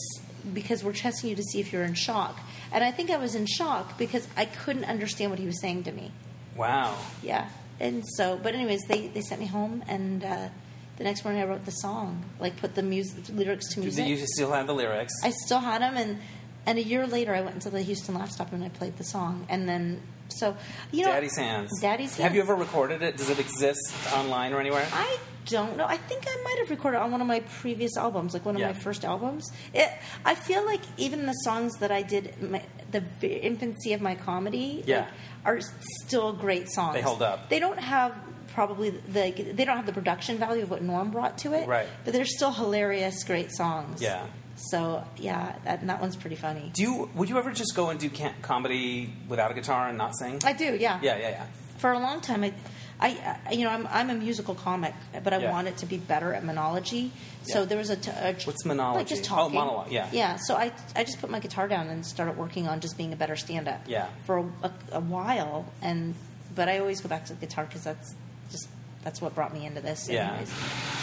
because we're testing you to see if you're in shock." And I think I was in shock because I couldn't understand what he was saying to me.
Wow.
Yeah. And so, but anyways, they, they sent me home, and uh, the next morning I wrote the song, like put the music lyrics to
Did you
music.
still have the lyrics?
I still had them, and And a year later, I went to the Houston Laugh Stop and I played the song. And then, so you know,
Daddy's hands.
Daddy's
Have you
Hands.
ever recorded it? Does it exist online or anywhere?
I don't know. I think I might have recorded on one of my previous albums, like one of
Yeah.
my first albums. It, I feel like even the songs that I did, in my, the v- infancy of my comedy,
Yeah.
like, are still great songs.
They hold up.
They don't have probably the they don't have the production value of what Norm brought to it,
Right.
But they're still hilarious, great songs.
Yeah.
So yeah, that, and that one's pretty funny.
do you? Would you ever just go and do ca- comedy without a guitar and not sing?
I do, yeah.
yeah, yeah, yeah.
for a long time I, I, I you know I'm, I'm a musical comic but i
Yeah.
wanted to be better at monology so
Yeah.
there was a, t- a-
What's
like
monology?
just
Oh,
talking
monologue, yeah.
yeah so I, I just put my guitar down and started working on just being a better stand-up
Yeah.
for a, a, a while and but i always go back to the guitar because that's just that's what brought me into this
Yeah.
anyways.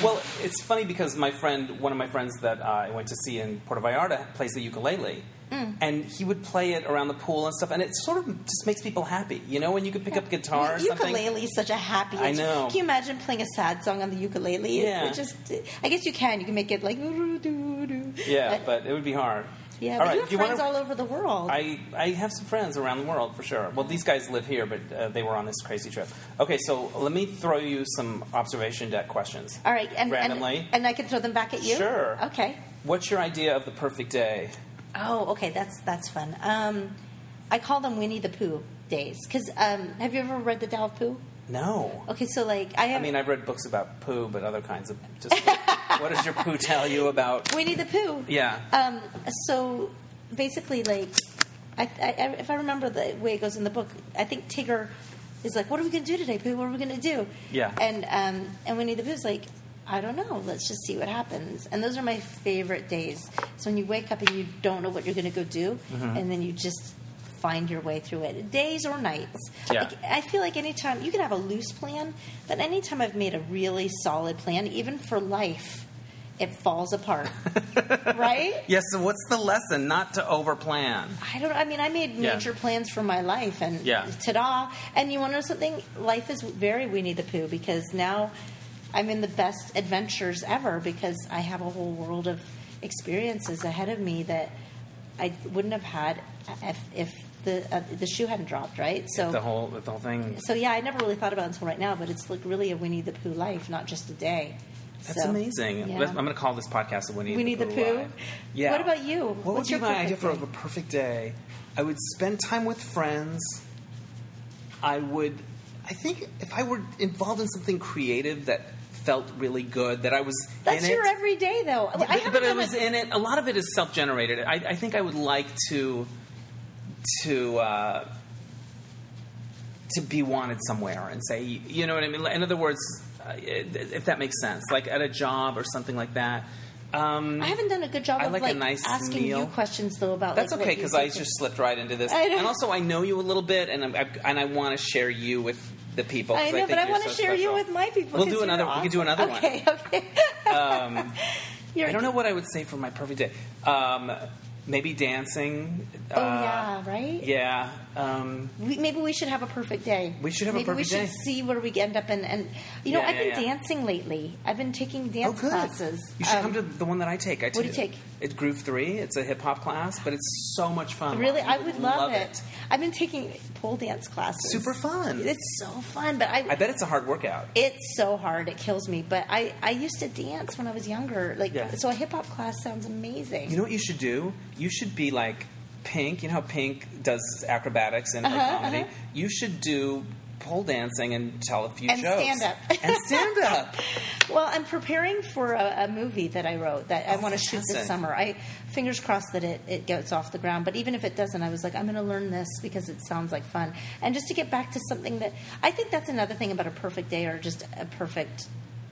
Well, it's funny because my friend, one of my friends that uh, I went to see in Puerto Vallarta, plays the ukulele,
Mm.
and he would play it around the pool and stuff, and it sort of just makes people happy, you know, when you could pick up a guitar or something.
ukulele is such a happy
I know.
can you imagine playing a sad song on the ukulele It-
Yeah.
it just i guess you can you can make it like doo-doo-doo-doo.
Yeah, but it would be hard.
yeah
All
but
right,
you have
do you
friends
wanna-
all over the world
I, I have some friends around the world for sure. Well, these guys live here, but uh, they were on this crazy trip. Okay, so let me throw you some observation deck questions.
All right, and
Randomly.
and, and I can throw them back at you.
Sure.
Okay.
What's your idea of the perfect day?
Oh, okay. That's that's fun. Um, I call them Winnie the Pooh days because um, have you ever read the Tao of Pooh?
No.
Okay, so like I
I
have
mean, I've read books about poo, but other kinds of. Just what does your poo tell you about?
Winnie the Pooh.
Yeah.
Um, so basically, like, I, I, I- if I remember the way it goes in the book, I think Tigger is like, "What are we going to do today, Pooh? What are we going to do?"
Yeah.
And um, and Winnie the Pooh's like, "I don't know. Let's just see what happens." And those are my favorite days. So when you wake up and you don't know what you're going to go do,
Mm-hmm.
and then you just find your way through it, days or nights.
Yeah.
Like, I feel like anytime you can have a loose plan, but anytime I've made a really solid plan, even for life, it falls apart. right?
Yes. so what's the lesson? Not to overplan.
I don't. I mean, I made
Yeah.
major plans for my life, and
Yeah.
ta-da! And you want to know something? Life is very Winnie the Pooh because now I'm in the best adventures ever because I have a whole world of experiences ahead of me that I wouldn't have had if, if the uh, the shoe hadn't dropped, right? So.
The whole the whole thing.
so yeah, I never really thought about it until right now, but it's like really a Winnie the Pooh life, not just a day.
That's
So,
amazing.
yeah.
Let's- I'm going to call this podcast Winnie,
Winnie
the
the
Pooh.
Pooh?
Live. Yeah.
What about you?
What
What's
would be
your
my idea
perfect
for
day?
a perfect day? I would spend time with friends. I would. I think if I were involved in something creative that felt really good, that I was.
That's
in
your
it,
everyday though. I
but,
haven't
but I
done a-
was in it. A lot of it is self-generated. I, I think I would like to to uh, to be wanted somewhere and say, you know what I mean. In other words, uh, if that makes sense, like at a job or something like that. Um,
I haven't done a good job
I
of
like
like,
a nice
asking
meal.
you questions though about
that's
like,
okay
what you
because I
think
just slipped right into this,
I know.
and also I know you a little bit, and I'm, I've, and I want to share you with the people.
of-
'cause
I know,
think
but I
you're
want to
so
share you
special.
with my people.
We'll do
'cause you're
another- we can do
awesome.
another one.
Okay, okay.
Um,
You're-
I don't know what I would say for my perfect day. Um, maybe dancing.
Oh yeah, right.
uh, Yeah. Um,
We, maybe we should have a perfect day.
We should have a
maybe
perfect
we should
day.
see where we end up. And and you know,
Yeah,
I've
yeah,
been
yeah.
dancing lately. I've been taking
oh,
dance
good.
classes.
You should
Um,
come to the one that I take. I
do you take?
It's Groove Three. It's a hip hop class, but it's so much fun.
Really,
You
I would love, it. I've been taking pole dance classes.
Super fun.
It's so fun, but
I bet it's a hard workout.
It's so hard; it kills me. But I, I used to dance when I was younger. Like
Yeah.
so, a hip hop class sounds amazing.
You know what you should do? You should be like Pink. You know how Pink does acrobatics and like,
Uh-huh,
comedy. You should do pole dancing and tell a few
And
jokes
stand-up.
and stand up.
Well, I'm preparing for a, a movie that I wrote that I
Oh,
want to shoot
fantastic.
this summer. I fingers crossed that it, it gets off the ground. But even if it doesn't, I was like, I'm going to learn this because it sounds like fun. And just to get back to something that I think that's another thing about a perfect day or just a perfect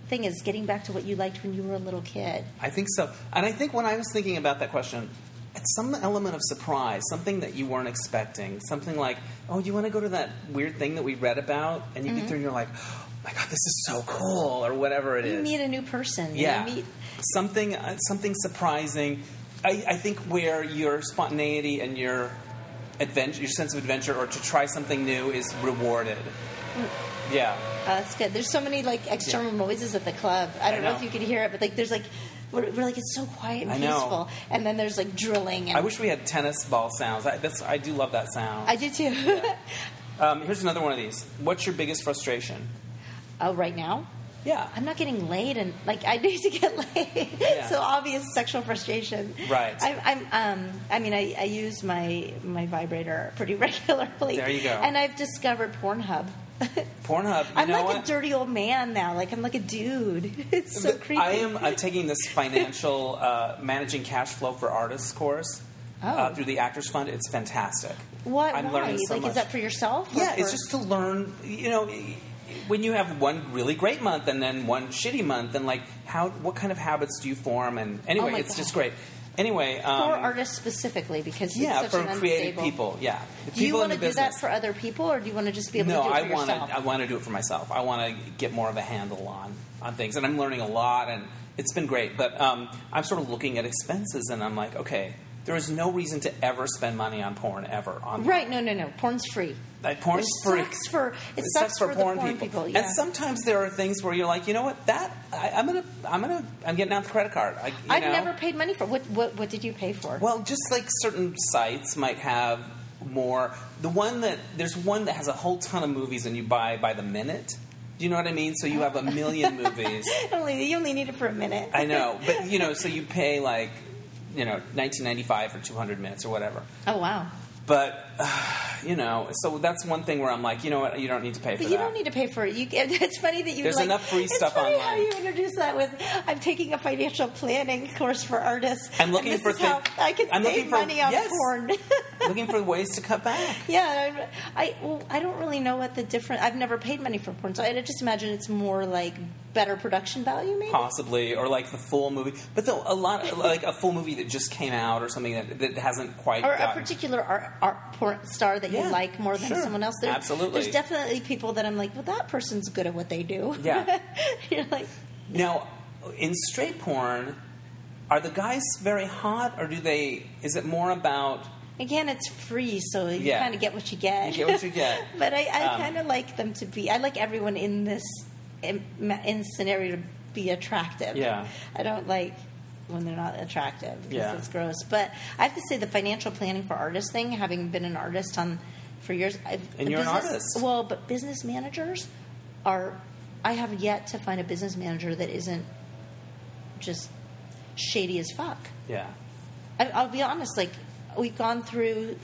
thing is getting back to what you liked when you were a little kid.
I think so. And I think when I was thinking about that question, it's some element of surprise, something that you weren't expecting, something like, oh, you want to go to that weird thing that we read about? And you
Mm-hmm.
get there and you're like, oh my God, this is so cool, or whatever it is.
You meet a new person. You
yeah.
meet-
Something, uh, something surprising. I, I think where your spontaneity and your adventure, your sense of adventure, or to try something new is rewarded. Yeah.
Mm. Oh, that's good. There's so many like external noises at the club. I don't know.
know.
if you could hear it, but like there's like We're, we're like it's so quiet and
I know.
peaceful, and then there's like drilling. And
I wish we had tennis ball sounds. I, that's I do love that sound.
I did too.
um, here's another one of these. What's your biggest frustration?
oh, right now.
Yeah.
I'm not getting laid, and like I need to get laid.
Yeah.
so obvious sexual frustration.
Right.
I'm. I'm um, I mean, I, I use my my vibrator pretty regularly.
There you go.
And I've discovered Pornhub.
Pornhub. You
I'm
know
like
what?
a dirty old man now. Like I'm like a dude. It's so creepy.
I am uh, taking this financial uh, managing cash flow for artists course
Oh.
uh, through the Actors Fund. It's fantastic.
What?
I'm
why?
learning so
like,
much.
is that for yourself? or
yeah, it's
for-
just to learn. You know, when you have one really great month and then one shitty month, and like how what kind of habits do you form? And anyway,
Oh my
it's
God.
just great. Anyway,
for
um,
artists specifically because
yeah,
it's such
for
an
creative
unstable-
people, yeah, the
Do you
people in
want
the
to do
business.
that for other people, or do you want to just be able
no,
to do it
I
for
want
yourself?
to. I want to do it for myself. I want to get more of a handle on on things, and I'm learning a lot, and it's been great. But um, I'm sort of looking at expenses, and I'm like, okay, there is no reason to ever spend money on porn ever. On
Right? No, no, no. Porn's free.
like, porn's
It
free.
sucks for it,
It
sucks, for, the porn people. yeah.
And sometimes there are things where you're like, you know what, that I, I'm gonna, I'm gonna, I'm getting out the credit card. I, you
I've
know?
never paid money for. What, what what did you pay for?
Well, just like certain sites might have more. The one that there's one that has a whole ton of movies, and you buy by the minute. Do you know what I mean? So you have a million movies.
only you only need it for a minute.
I know, but you know, so you pay like you know 19.95 for 200 minutes or whatever.
oh wow!
But you know, so that's one thing where I'm like, you know what, you don't need to pay for
But
that.
you don't need to pay for it. You, it's funny that you
There's
like,
enough free
it's
stuff
funny How
online.
you introduce that with I'm taking a financial planning course for artists.
I'm looking
and this
for
is how
thi-
I can
I'm
save
looking for-
money on
yes.
porn.
Looking for ways to cut back.
yeah, I I, well, I don't really know what the difference. I've never paid money for porn, so I just imagine it's more like better production value, maybe.
possibly, or like the full movie. But though a lot, like a full movie that just came out, or something that, that hasn't quite.
or a
gotten-
particular art, art porn star that
Yeah,
you like more than
sure.
someone else. There-
Absolutely.
There's definitely people that I'm like, well, that person's good at what they do.
Yeah.
You're like,
now, in straight porn, are the guys very hot, or do they? Is it more about?
again, it's free, so you
Yeah.
kind of get what you get.
You get what you get.
but I, I
Um,
kind of like them to be, I like everyone in this in, in scenario to be attractive.
Yeah.
I don't like when they're not attractive because
Yeah.
it's gross. But I have to say, the financial planning for artists thing, having been an artist on for years, I've,
And
the
you're an
business-
artist.
Well, but business managers are. I have yet to find a business manager that isn't just shady as fuck.
Yeah,
I, I'll be honest. Like we've gone through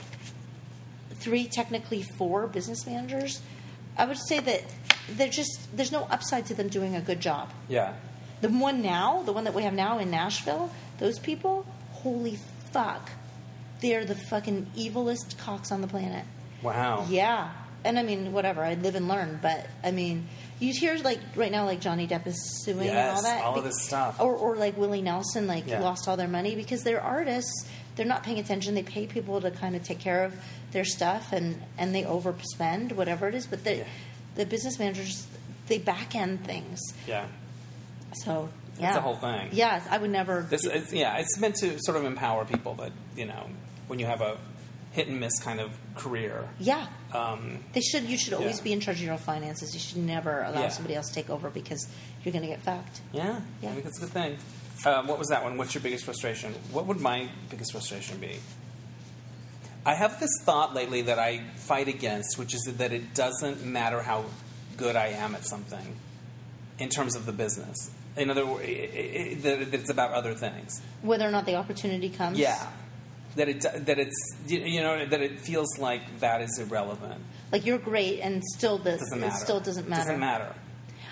three, technically four business managers. I would say that they're just there's no upside to them doing a good job.
yeah.
The one now, the one that we have now in Nashville, those people, holy fuck, they're the fucking evilest cocks on the planet.
Wow.
Yeah, and I mean, whatever. I live and learn, but I mean, you hear like right now, like Johnny Depp is suing and all
Yes,
that,
all of this stuff.
or or like Willie Nelson, like
Yeah.
lost all their money because they're artists. They're not paying attention. They pay people to kind of take care of their stuff, and and they overspend whatever it is. But the
Yeah.
the business managers, they back end things.
Yeah.
So yeah,
the whole thing.
Yeah, I would never.
This, uh, it's, yeah, it's meant to sort of empower people that you know when you have a hit and miss kind of career.
yeah,
Um,
they should. You should always
Yeah.
be in charge of your own finances. You should never allow
Yeah.
somebody else to take over because you're going to get fucked.
yeah,
Yeah.
I think that's a good thing. Um, what was that one? What's your biggest frustration? What would my biggest frustration be? I have this thought lately that I fight against, which is that it doesn't matter how good I am at something in terms of the business. In other words, that it's about other things.
Whether or not the opportunity comes.
Yeah. That it that it's you- you know that it feels like that is irrelevant.
Like you're great, and still the
Doesn't
it
matter.
still doesn't matter.
Doesn't matter.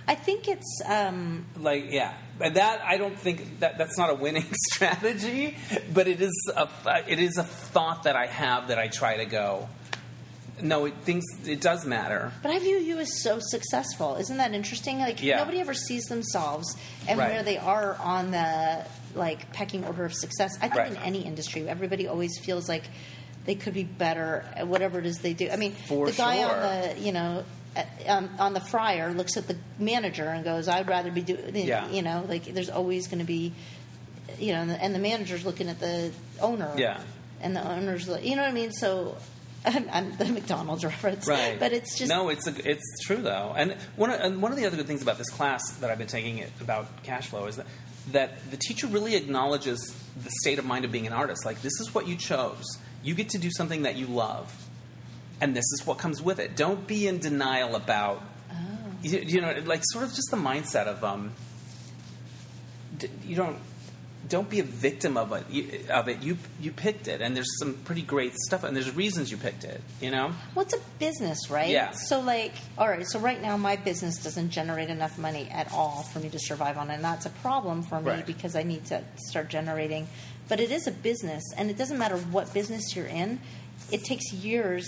I think it's um,
Like yeah, and that I don't think that that's not a winning strategy, but it is a it is a thought that I have that I try to go. No, it thinks it does matter.
but I view you as so successful. Isn't that interesting? Like
Yeah.
nobody ever sees themselves and
Right.
where they are on the like pecking order of success. I think
Right.
in any industry, everybody always feels like they could be better at whatever it is they do. I mean,
For
the guy
sure.
on the you know uh, um, on the fryer looks at the manager and goes, "I'd rather be doing."
Yeah.
You know, like there's always going to be, you know, and the, and the manager's looking at the owner.
Yeah.
And the owner's, like- you know what I mean? So, I'm, I'm the McDonald's reference,
Right.
But it's just
no. It's a, it's true though, and one of, and one of the other good things about this class that I've been taking it about cash flow is that that the teacher really acknowledges the state of mind of being an artist. Like, this is what you chose. You get to do something that you love, and this is what comes with it. Don't be in denial about,
Oh.
you, you know, like sort of just the mindset of, um, d- you don't. Don't be a victim of it. You, of it, you you picked it, and there's some pretty great stuff, and there's reasons you picked it. You know,
What's a business, right?
Yeah.
So, like, all right, so right now my business doesn't generate enough money at all for me to survive on, and that's a problem for me
Right.
because I need to start generating. But it is a business, and it doesn't matter what business you're in, it takes years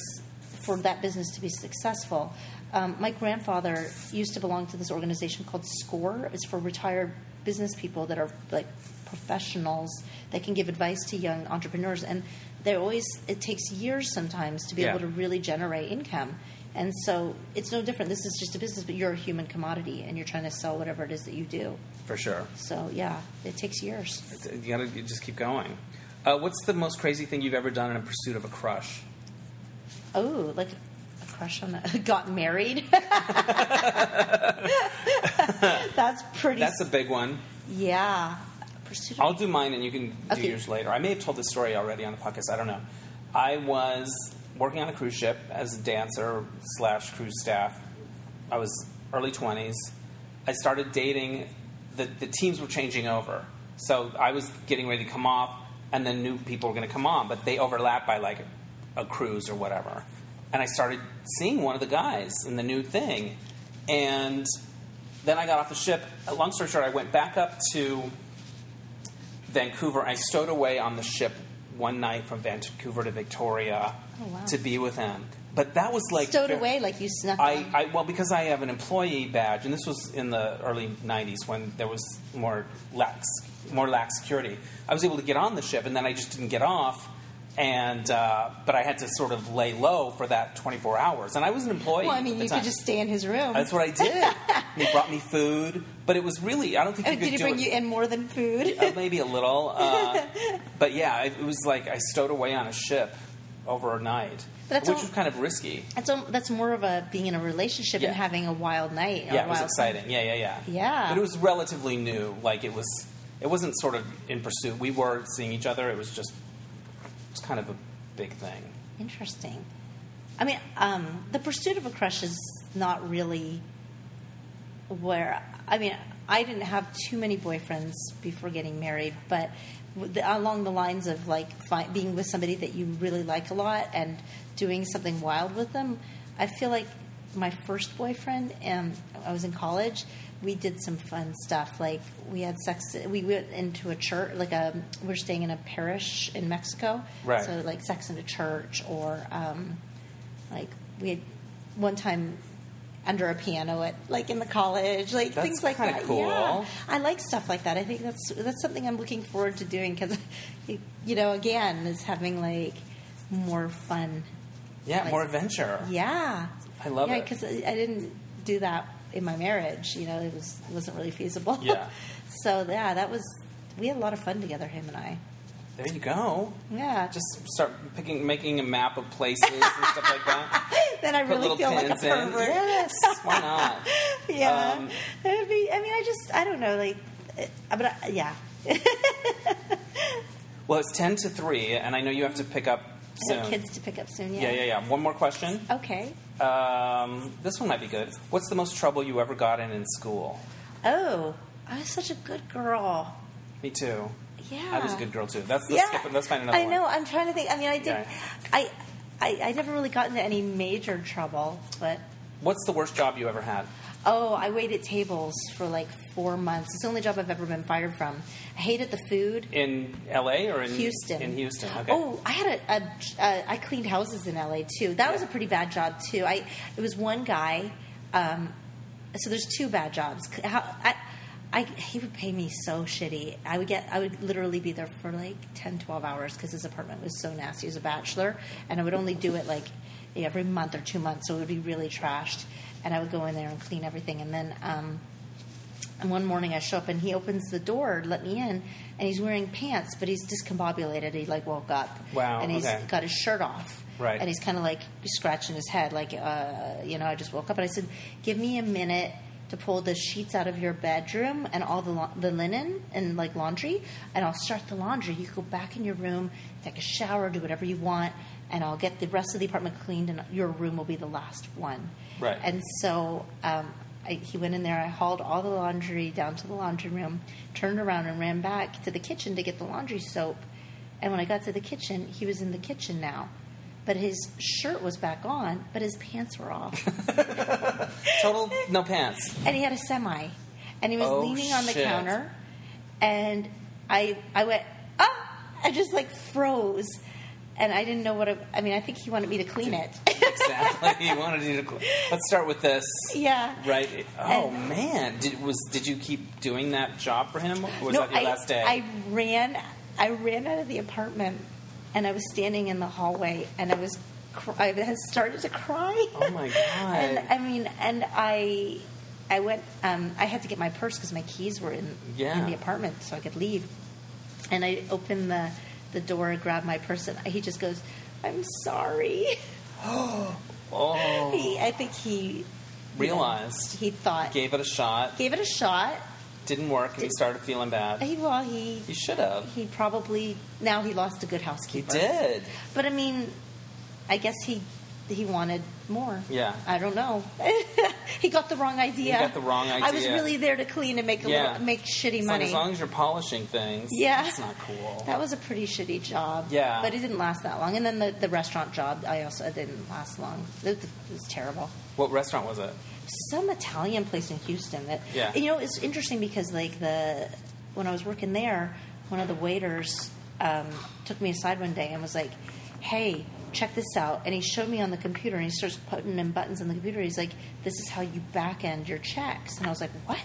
for that business to be successful. Um, my grandfather used to belong to this organization called SCORE, it's for retired business people that are like professionals that can give advice to young entrepreneurs and they're always it takes years sometimes to be
Yeah.
able to really generate income. And so it's no different. This is just a business, but you're a human commodity and you're trying to sell whatever it is that you do.
for sure.
So yeah, it takes years.
It's- You gotta you just keep going. Uh, what's the most crazy thing you've ever done in pursuit of a crush?
Oh, like a crush on a got married. That's pretty.
That's a big one.
yeah. Pursuit. of-
I'll do mine and you can do
Okay.
yours later. I may have told this story already on the podcast. I don't know. I was working on a cruise ship as a dancer slash cruise staff. I was early 20s. I started dating. The, the teams were changing over. So I was getting ready to come off, and then new people were going to come on, but they overlap by like a cruise or whatever. And I started seeing one of the guys in the new thing. And then I got off the ship. Uh, Long story short, I went back up to Vancouver. I stowed away on the ship one night from Vancouver to Victoria
Oh, wow.
to be with him. But that was like
stowed
ver-
away like you snuck.
I,
in.
I well because I have an employee badge, and this was in the early '90s when there was more lax, more lax security. I was able to get on the ship, and then I just didn't get off. And uh, but I had to sort of lay low for that 24 hours, and I was an employee.
well, I
at
mean,
the
you
time.
could just stay in his room.
That's what I did. he brought me food, but it was really I don't think
Oh,
you could
did he
do
bring
it.
you in more than food?
Uh, maybe a little, uh, but yeah, it, it was like I stowed away on a ship overnight,
That's
which
all-
was kind of risky.
That's a, that's more of a being in a relationship
Yeah.
and having a wild night. or
Yeah,
a
it was
wild
exciting. Yeah, yeah, yeah.
Oh, Yeah.
But it was relatively new. Like it was, it wasn't sort of in pursuit. We were seeing each other. It was just, it's kind of a big thing.
Interesting. I mean, um, the pursuit of a crush is not really where. I mean, I didn't have too many boyfriends before getting married, but with the, along the lines of like fi- being with somebody that you really like a lot and doing something wild with them, I feel like my first boyfriend. Um, I was in college. We did some fun stuff. Like we had sex. We went into a church. Like a, we're staying in a parish in Mexico.
Right.
So like sex in a church or um, like we had one time under a piano at like in the college like
That's
things like
kinda
that
cool.
yeah i like stuff like that i think that's that's something i'm looking forward to doing because you know again is having like more fun
Yeah,
Like-
more adventure.
yeah
I love
yeah
it.
because I, I didn't do that in my marriage you know it was it wasn't really feasible
Yeah.
so yeah that was we had a lot of fun together him and i
There you go.
yeah
Just start picking, making a map of places and stuff like that.
then i
Put
really
little
feel like a
pins in.
pervert
Yes, why not?
Yeah,
Um,
it would be. I mean, I just, I don't know, like, uh, but I, yeah,
Well, it's ten to three, and I know you have to pick up
I
soon.
have kids to pick up soon.
Yeah,
Yeah,
yeah, yeah. One more question.
Okay.
Um, this one might be good. What's the most trouble you ever got in in school?
Oh, I was such a good girl.
Me too.
Yeah,
I was a good girl too. That's let's,
Yeah,
skip it. let's find another
I know.
one.
I'm trying to think. I mean, I did.
Yeah.
I, I, I never really got into any major trouble, but
What's the worst job you ever had?
Oh, I waited tables for like four months. It's the only job I've ever been fired from. I hated the food.
In LA or in
Houston.
In Houston. Okay.
Oh, I had a, a, a I cleaned houses in LA too. That was a pretty bad job too. I it was one guy. Um, so there's two bad jobs. C- How, I, I he would pay me so shitty. I would get I would literally be there for like 10, 12 hours because his apartment was so nasty as a bachelor, and I would only do it like every month or two months, so it would be really trashed. And I would go in there and clean everything, and then. Um, and one morning I show up and he opens the door, to let me in, and he's wearing pants, but he's discombobulated. He like woke up.
Wow,
And he's
okay.
got his shirt off.
Right.
And he's kind of like scratching his head, like, uh, you know, I just woke up. And I said, give me a minute. to pull the sheets out of your bedroom and all the la- the linen and like laundry, and I'll start the laundry. You go back in your room, take a shower, do whatever you want, and I'll get the rest of the apartment cleaned, and your room will be the last one.
Right.
And so um, I, he went in there. I hauled all the laundry down to the laundry room, turned around, and ran back to the kitchen to get the laundry soap. And when I got to the kitchen, he was in the kitchen now. But his shirt was back on, but his pants were off.
Total no pants.
and he had a semi, and he was
Oh,
leaning on the
shit.
counter, and I I went ah, I just like froze, and I didn't know what I, I mean. I think he wanted me to clean it.
Exactly. you wanted you to. Let's start with this.
yeah.
Right. Oh
And-
man, did was did you keep doing that job for him? Or was
no,
that your
I,
last day?
I ran, I ran out of the apartment, and I was standing in the hallway, and I was, cr- I had started to cry.
oh my god.
and I mean, and I, I went. Um, I had to get my purse because my keys were in
Yeah.
in the apartment, so I could leave. And I opened the the door, grabbed my purse, and he just goes, "I'm sorry."
oh,
He, I think he
realized.
he thought
Gave it a shot.
gave it a shot.
Didn't work, and he started feeling bad.
He well he
You should have.
he probably now he lost a good
He
housekeeper.
did.
But I mean, I guess he he wanted more.
Yeah.
I don't know. he got the wrong idea.
got the wrong
I was
idea.
really there to clean and make a
Yeah.
little, make shitty
It's like,
money.
as long as you're polishing things,
Yeah.
that's not cool.
that was a pretty shitty job.
Yeah.
But it didn't last that long. And then the, the restaurant job, I also it didn't last long. It, was terrible.
what restaurant was it?
Some Italian place in Houston that
Yeah.
you know it's interesting because like the when I was working there, one of the waiters um, took me aside one day and was like, "Hey, check this out." And he showed me on the computer and he starts putting in buttons on the computer. He's like, "This is how you back end your checks." And I was like, "What?"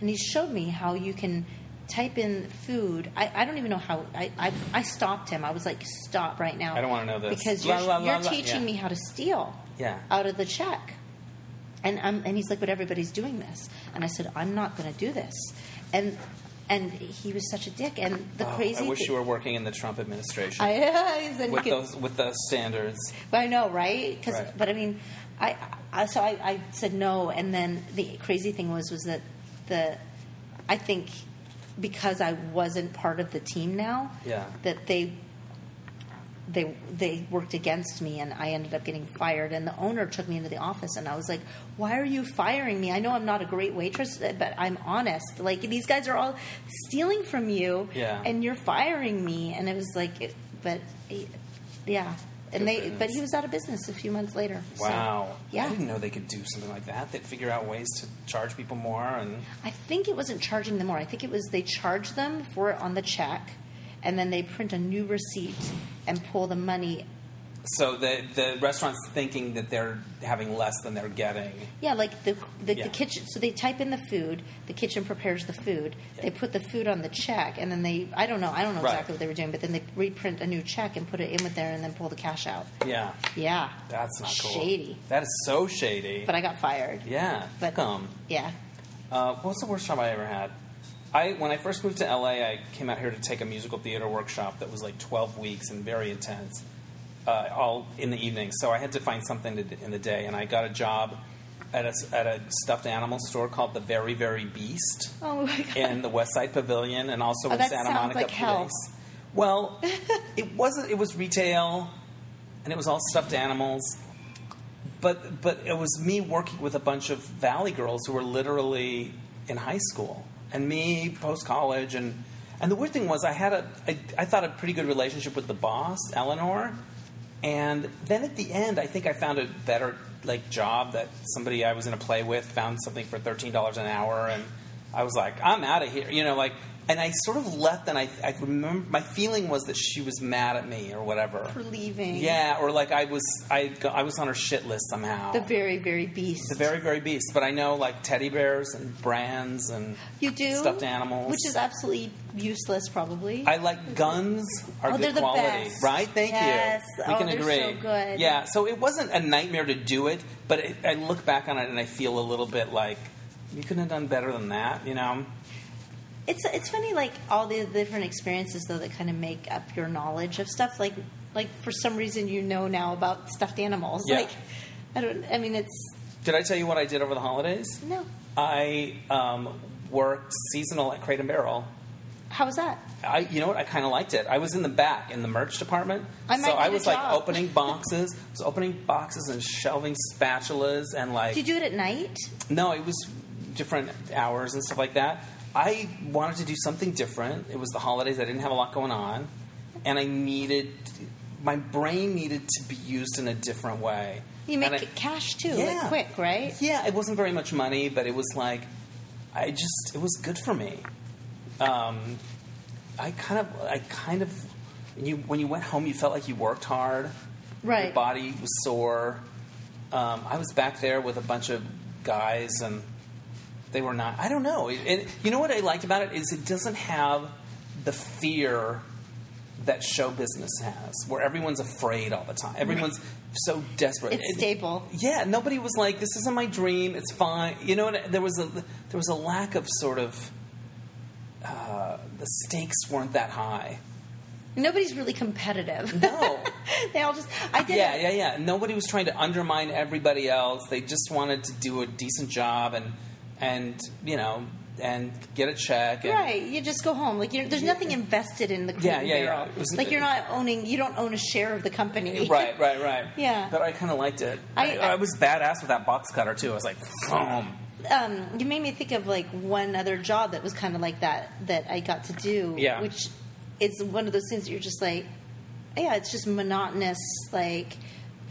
And he showed me how you can type in food. I, I don't even know how. I, I I stopped him. I was like, "Stop right now!"
I don't wanna know this.
because
La,
you're,
la, la,
you're
la.
teaching
Yeah.
me how to steal
Yeah.
out of the check. And I'm, and he's like, but everybody's doing this. And I said, I'm not going to do this. And and he was such a dick. And the
Oh,
crazy.
I wish
thi-
you were working in the Trump administration
I, then you
with
could-
those with those standards.
but I know, right? 'Cause-
Right.
but I mean, I, I so I, I said no, and then the crazy thing was was that the I think because I wasn't part of the team now,
Yeah.
that they they they worked against me, and I ended up getting fired. And the owner took me into the office, and I was like, "Why are you firing me? I know I'm not a great waitress, but I'm honest. Like these guys are all stealing from you,
Yeah.
and you're firing me." And it was like, it, but. Yeah, and they. But he was out of business a few months later. so-
Wow. I
yeah,
didn't know they could do something like that. They'd figure out ways to charge people more and
I think it wasn't charging them more. I think it was they charge them for it on the check, and then they print a new receipt and pull the money.
so the the restaurant's thinking that they're having less than they're getting.
Yeah, like the the,
Yeah.
the kitchen. So they type in the food. The kitchen prepares the food. They put the food on the check, and then they. I don't know. I don't know
Right.
exactly what they were doing, but then they reprint a new check and put it in with there, and then pull the cash out.
Yeah.
Yeah,
That's not cool.
Shady.
That is so shady.
But I got fired.
yeah.
but-
Fuck 'em.
Yeah.
Uh, what's the worst job I ever had? I when I first moved to LA, I came out here to take a musical theater workshop that was like twelve weeks and very intense, uh, all in the evening. So I had to find something to do in the day, and I got a job at a, s- at a stuffed animal store called the Very Very Beast
Oh my god.
in the West Side Pavilion and also
Oh,
in
that
Santa
sounds
Monica
like hell.
Place. Well, it wasn't. It was retail, and it was all stuffed animals. But but it was me working with a bunch of Valley girls who were literally in high school, and me post college, and and the weird thing was I had a I, I thought a pretty good relationship with the boss Eleanor, and then at the end I think I found a better like job that somebody I was in a play with found something for thirteen dollars an hour, and I was like I'm out of here, you know, like. And I sort of left, and I, I remember my feeling was that she was mad at me or whatever.
for leaving.
Yeah, or like I was I go- I was on her shit list somehow.
The very, very beast.
The very very beast, but I know like teddy bears and brands and
you do
stuffed animals.
which is absolutely useless, probably.
I like guns are
Oh,
good
they're the
quality,
best.
right? Thank
Yes.
you. We
Oh,
can
they're
agree.
so good.
Yeah, so it wasn't a nightmare to do it, but it, I look back on it and I feel a little bit like you couldn't have done better than that, you know?
it's it's funny, like all the different experiences though that kind of make up your knowledge of stuff. Like like for some reason you know now about stuffed animals.
Yeah.
Like I don't. I mean, it's
Did I tell you what I did over the holidays?
No.
I um, worked seasonal at Crate and Barrel.
How was that?
I, you know what? I kind of liked it. I was in the back in the merch department,
I might
so I
need a
was like
job.
opening boxes, I was opening boxes and shelving spatulas and like
Did you do it at night?
no, it was different hours and stuff like that. I wanted to do something different. It was the holidays. I didn't have a lot going on, and I needed my brain needed to be used in a different way.
You make
And I-
it cash too,
Yeah.
like quick, right?
yeah, it wasn't very much money, but it was like, I just, it was good for me. Um, I kind of, I kind of, you when you went home, you felt like you worked hard. Your
Right.
body was sore. Um, I was back there with a bunch of guys, and they were not. I don't know. It- And you know what I liked about it is it doesn't have the fear that show business has, where everyone's afraid all the time. Everyone's so desperate.
It's
It-
stable.
yeah, nobody was like, "This isn't my dream. It's fine." You know, what? there was a there was a lack of sort of uh, the stakes weren't that high.
Nobody's really competitive.
No,
they all just. I did.
Mm-hmm. yeah,
it.
yeah, yeah. Nobody was trying to undermine everybody else. They just wanted to do a decent job and and you know and get a check. And,
Right, you just go home. Like you there's nothing invested in the Crate
Yeah,
and
yeah, yeah.
Barrel.
It was-
Like you're not owning. You don't own a share of the company.
Right, right, right.
Yeah.
But I kind of liked it.
I-
I, I, was badass with that box cutter too. I was like, boom.
um, you made me think of like one other job that was kind of like that that I got to do.
Yeah.
Which is one of those things that you're just like, yeah, it's just monotonous, like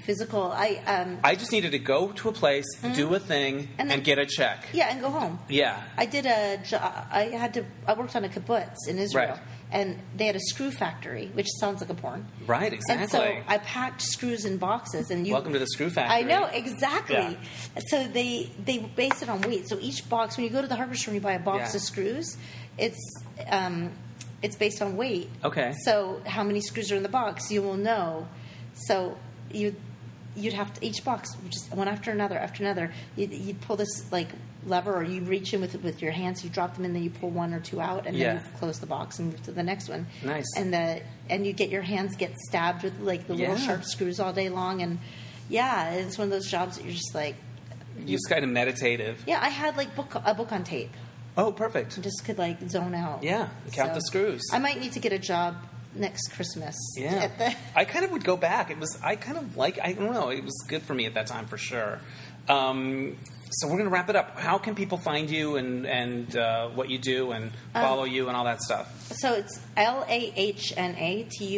physical. I um,
I just needed to go to a place, do a thing,
Mm-hmm.
and,
And then-
get a check.
yeah, and go home.
yeah.
I did a job. I had to. I worked on a kibbutz in Israel,
Right.
and they had a screw factory, which sounds like a porn.
Right, exactly.
And so I packed screws in boxes, and you
Welcome to the screw factory.
I know exactly.
Yeah.
So they they base it on weight. So each box, when you go to the hardware store and you buy a box
Yeah.
of screws, it's um, it's based on weight.
Okay.
So how many screws are in the box, you will know. So you you'd have to each box just one after another after another. You'd, you'd pull this like lever, or you reach in with with your hands, you drop them in, then you pull one or two out, and
Yeah.
then you close the box and move to the next one.
Nice.
And the and you get your hands get stabbed with like the little
Yeah.
sharp screws all day long and yeah it's one of those jobs that you're just like
You just kind of meditative.
yeah i had like book a book on tape
Oh, perfect.
just could like zone out
Yeah, count the screws.
i might need to get a job next christmas
Yeah,
at the-
I kind of would go back. It was I kind of like I don't know. It was good for me at that time for sure. Um, so we're gonna wrap it up. How can people find you and and uh, what you do and
Um,
follow you and all that stuff?
so it's l-a-h-n-a-t-u-r-n-e-r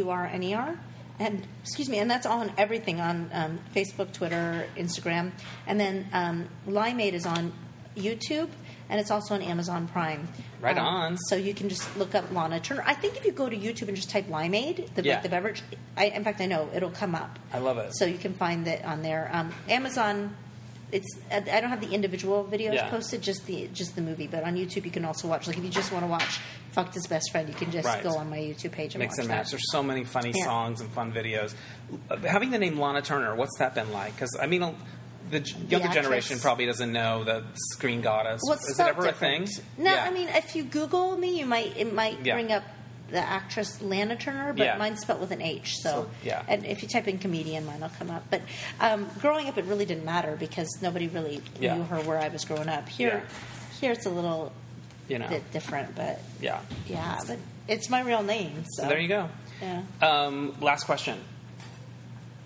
E and excuse me and that's on everything on um, facebook twitter instagram and then um, limeade is on youtube and it's also on amazon prime
Right
Um,
on.
So you can just look up Lana Turner. I think if you go to YouTube and just type Limeade, the,
Yeah.
like the beverage, I, in fact, I know it'll come up.
I love it.
So you can find that on there. Um, Amazon, it's I I don't have the individual videos
Yeah.
posted, just the just the movie. But on YouTube, you can also watch. Like if you just want to watch "Fucked His Best Friend," you can just
Right.
go on my YouTube page and
Mix
watch
and match.
that.
There's so many funny
Yeah.
songs and fun videos. Uh, Having the name Lana Turner, what's that been like? Because I mean, uh, the j- younger
actress.
generation probably doesn't know the screen goddess.
Well, it's
Is it
spelled
ever a
different.
thing?
No,
Yeah.
I mean if you Google me, you might it might
Yeah.
bring up the actress Lana Turner, but
Yeah.
mine's spelled with an H. So,
So, yeah.
and if you type in comedian, mine'll come up. But um, growing up, it really didn't matter because nobody really
Yeah.
knew her where I was growing up. Here, here it's a little
you know,
bit different, but
yeah.
yeah, but it's my real name. So,
So there you go.
Yeah.
Um, last question.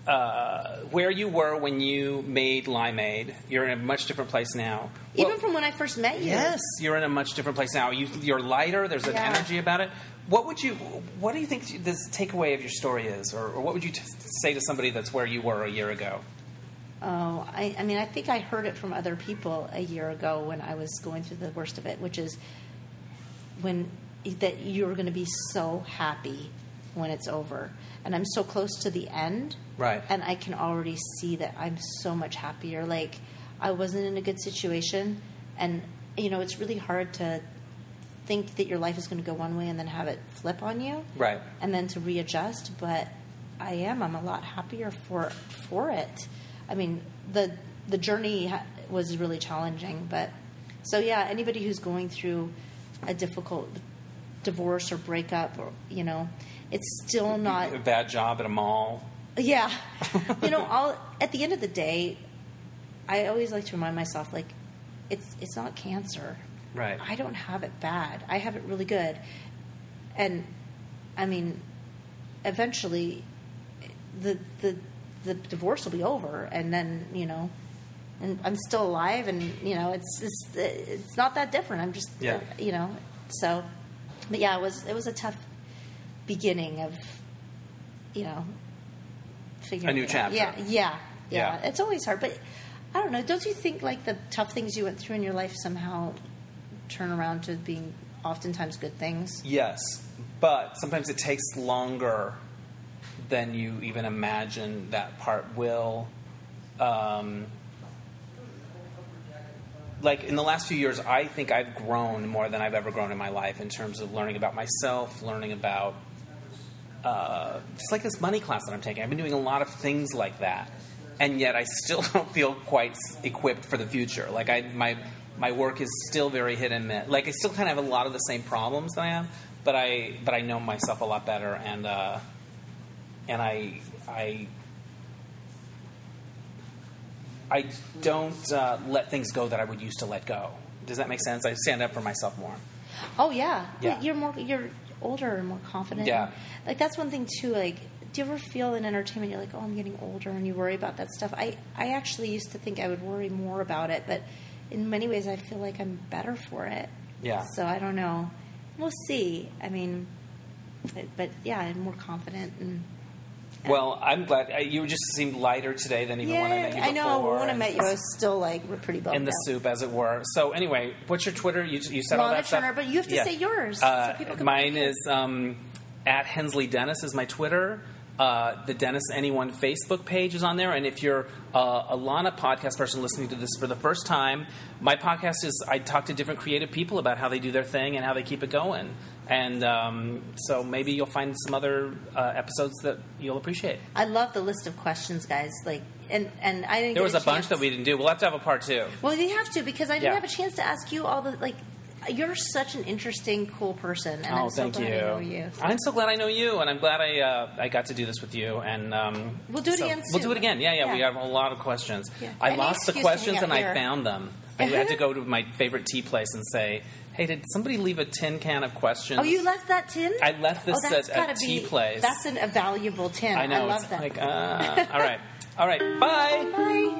Uh, where you were when you made Limeade, you're in a much different place now.
Even
Well,
from when I first met you.
yes, you're in a much different place now. You, you're lighter. There's an
Yeah.
energy about it. What would you? What do you think this takeaway of your story is, or, or what would you t- say to somebody that's where you were a year ago?
Oh, I, I mean, I think I heard it from other people a year ago when I was going through the worst of it, which is when that you're going to be so happy when it's over. And I'm so close to the end.
Right.
And I can already see that I'm so much happier. Like, I wasn't in a good situation. And, you know, it's really hard to think that your life is going to go one way and then have it flip on you
Right.
and then to readjust. But I am. I'm a lot happier for for it. I mean, the the journey ha- was really challenging, but so yeah. Anybody who's going through a difficult divorce or breakup, or you know, it's still not.
A bad job at a mall.
Yeah, you know, all at the end of the day, I always like to remind myself, like, it's it's not cancer.
Right.
I don't have it bad. I have it really good. And I mean, eventually, the the the divorce will be over, and then you know, and I'm still alive, and you know, it's it's it's not that different. I'm just
Yeah.
you know, so. But yeah, it was it was a tough beginning of, you know, figuring
A new
it out.
chapter.
Yeah, yeah, yeah,
Yeah.
It's always hard, but I don't know. Don't you think like the tough things you went through in your life somehow turn around to being oftentimes good things?
Yes, but sometimes it takes longer than you even imagine that part will. Um, like in the last few years, I think I've grown more than I've ever grown in my life in terms of learning about myself, learning about uh, just like this money class that I'm taking. I've been doing a lot of things like that, and yet I still don't feel quite s- equipped for the future. Like I, my my work is still very hit and miss. Like I still kind of have a lot of the same problems that I have, but I but I know myself a lot better, and uh, and I I. I don't uh, let things go that I would used to let go. Does that make sense? I stand up for myself more.
Oh yeah,
Yeah.
You're more you're older and more confident.
Yeah.
like that's one thing too. Like, do you ever feel in entertainment you're like, oh, I'm getting older, and you worry about that stuff? I I actually used to think I would worry more about it, but in many ways, I feel like I'm better for it.
Yeah.
So I don't know. We'll see. I mean, it- but yeah, I'm more confident and.
Well, I'm glad I, you just seemed lighter today than even when I met you
I know.
before,
When I
and-
met you, I was still like we're pretty bummed
in the
out.
soup, as it were. So anyway, what's your Twitter? You, you said all
Lana
that stuff.
Turner, but you have to say yours, so
Uh,
people can
mine
find you.
is um, at Hensley Dennis is my Twitter. Uh, the Dennis Anyone Facebook page is on there, and if you're uh, a Lana podcast person listening to this for the first time, my podcast is I talk to different creative people about how they do their thing and how they keep it going, and um, so maybe you'll find some other uh, episodes that you'll appreciate.
I love the list of questions, guys. Like, and and I didn't.
There was
get
a bunch
chance-
that we didn't do. We'll have to have a part two.
Well, you have to because I didn't
Yeah.
have a chance to ask you all the like. You're such an interesting, cool person, and
oh,
I'm so
thank
glad
you.
I know you.
I'm so glad I know you, and I'm glad I uh, I got to do this with you. And um,
We'll do it
so-
again
We'll do
soon.
it again. Yeah, yeah. We
Yeah.
have a lot of questions.
Yeah.
I
Any
lost the
excuse to hang
questions
out
and I
here.
found them. I had to go to my favorite tea place and say, "Hey, did somebody leave a tin can of questions?"
Oh, you left that tin?
I left this
oh, that's
at a
gotta
tea
be,
place.
That's an, a valuable tin.
I know.
love
it's
that.
like, uh, all right, all right, bye.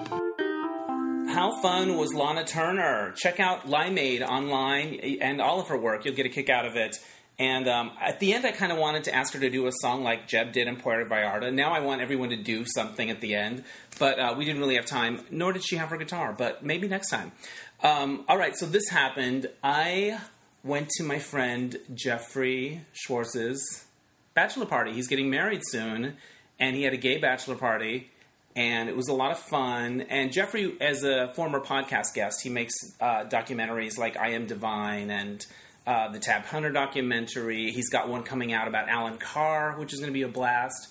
Bye.
How fun was Lana Turner? Check out Limeade online and all of her work. You'll get a kick out of it. And um, at the end, I kind of wanted to ask her to do a song like Jeb did in Puerto Vallarta. Now I want everyone to do something at the end, but uh, we didn't really have time, nor did she have her guitar, but maybe next time. Um, all right, so this happened. I went to my friend Jeffrey Schwartz's bachelor party. He's getting married soon, and he had a gay bachelor party, and it was a lot of fun. And Jeffrey, as a former podcast guest, he makes uh, documentaries like I Am Divine and uh, the Tab Hunter documentary. He's got one coming out about Alan Carr, which is going to be a blast.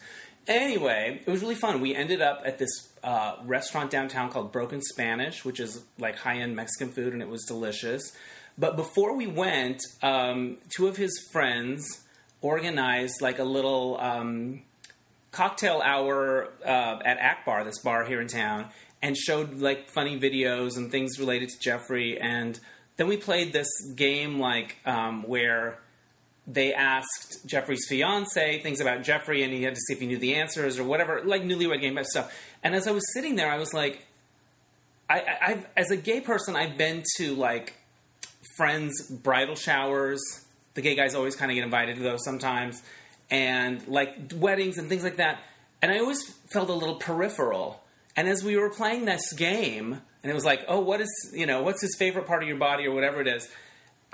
Anyway, it was really fun. We ended up at this uh, restaurant downtown called Broken Spanish, which is like high end Mexican food, and it was delicious. But before we went, um, two of his friends organized like a little um, cocktail hour uh, at Akbar, this bar here in town, and showed like funny videos and things related to Jeffrey. And then we played this game like um, where they asked Jeffrey's fiance things about Jeffrey, and he had to see if he knew the answers or whatever, like newlywed game type stuff. And as I was sitting there, I was like, I, I, I've, as a gay person, I've been to like friends' bridal showers. The gay guys always kind of get invited to those sometimes, and like weddings and things like that. And I always felt a little peripheral. And as we were playing this game, and it was like, oh, what is you know, what's his favorite part of your body or whatever it is.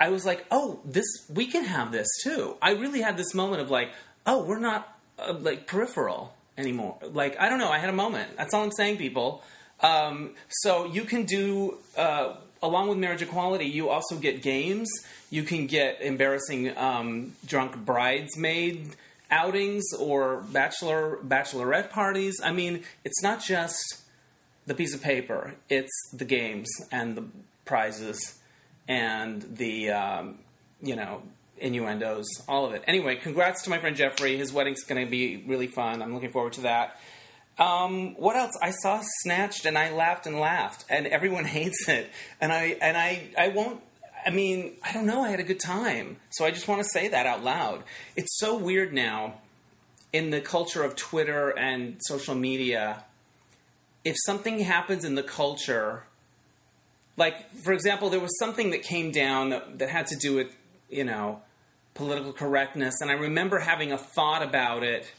I was like, oh, this we can have this too. I really had this moment of like, oh, we're not uh, like peripheral anymore. Like I don't know. I had a moment. That's all I'm saying, people. Um, so you can do uh, along with marriage equality. You also get games. You can get embarrassing um, drunk bridesmaid outings or bachelor bachelorette parties. I mean, it's not just the piece of paper. It's the games and the prizes and the um, you know innuendos, all of it. Anyway, congrats to my friend Jeffrey. His wedding's going to be really fun. I'm looking forward to that. Um, what else? I saw Snatched and I laughed and laughed, and everyone hates it. And I and I I won't. I mean, I don't know. I had a good time, so I just want to say that out loud. It's so weird now in the culture of Twitter and social media. If something happens in the culture, like for example, there was something that came down that, that had to do with you know political correctness, and I remember having a thought about it.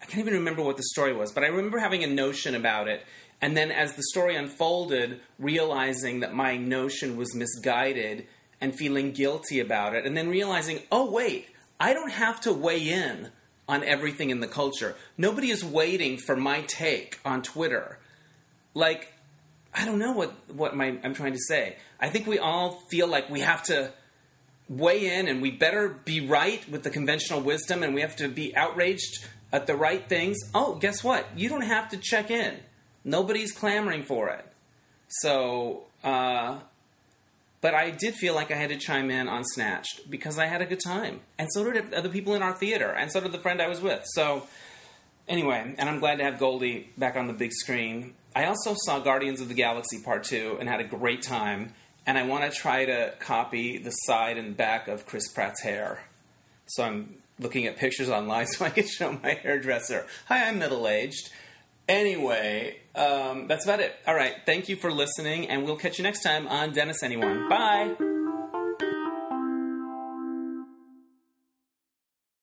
I can't even remember what the story was, but I remember having a notion about it. And then as the story unfolded, realizing that my notion was misguided and feeling guilty about it. And then realizing, oh, wait, I don't have to weigh in on everything in the culture. Nobody is waiting for my take on Twitter. Like, I don't know what, what my, I'm trying to say. I think we all feel like we have to weigh in and we better be right with the conventional wisdom and we have to be outraged at the right things, oh, guess what? You don't have to check in. Nobody's clamoring for it. So, uh, but I did feel like I had to chime in on Snatched because I had a good time. And so did other people in our theater, and so did the friend I was with. So, anyway, and I'm glad to have Goldie back on the big screen. I also saw Guardians of the Galaxy Part 2 and had a great time. And I want to try to copy the side and back of Chris Pratt's hair. So I'm looking at pictures online so I could show my hairdresser. Hi, I'm middle aged. Anyway, um, that's about it. All right. Thank you for listening, and we'll catch you next time on Dennis Anyone. Bye.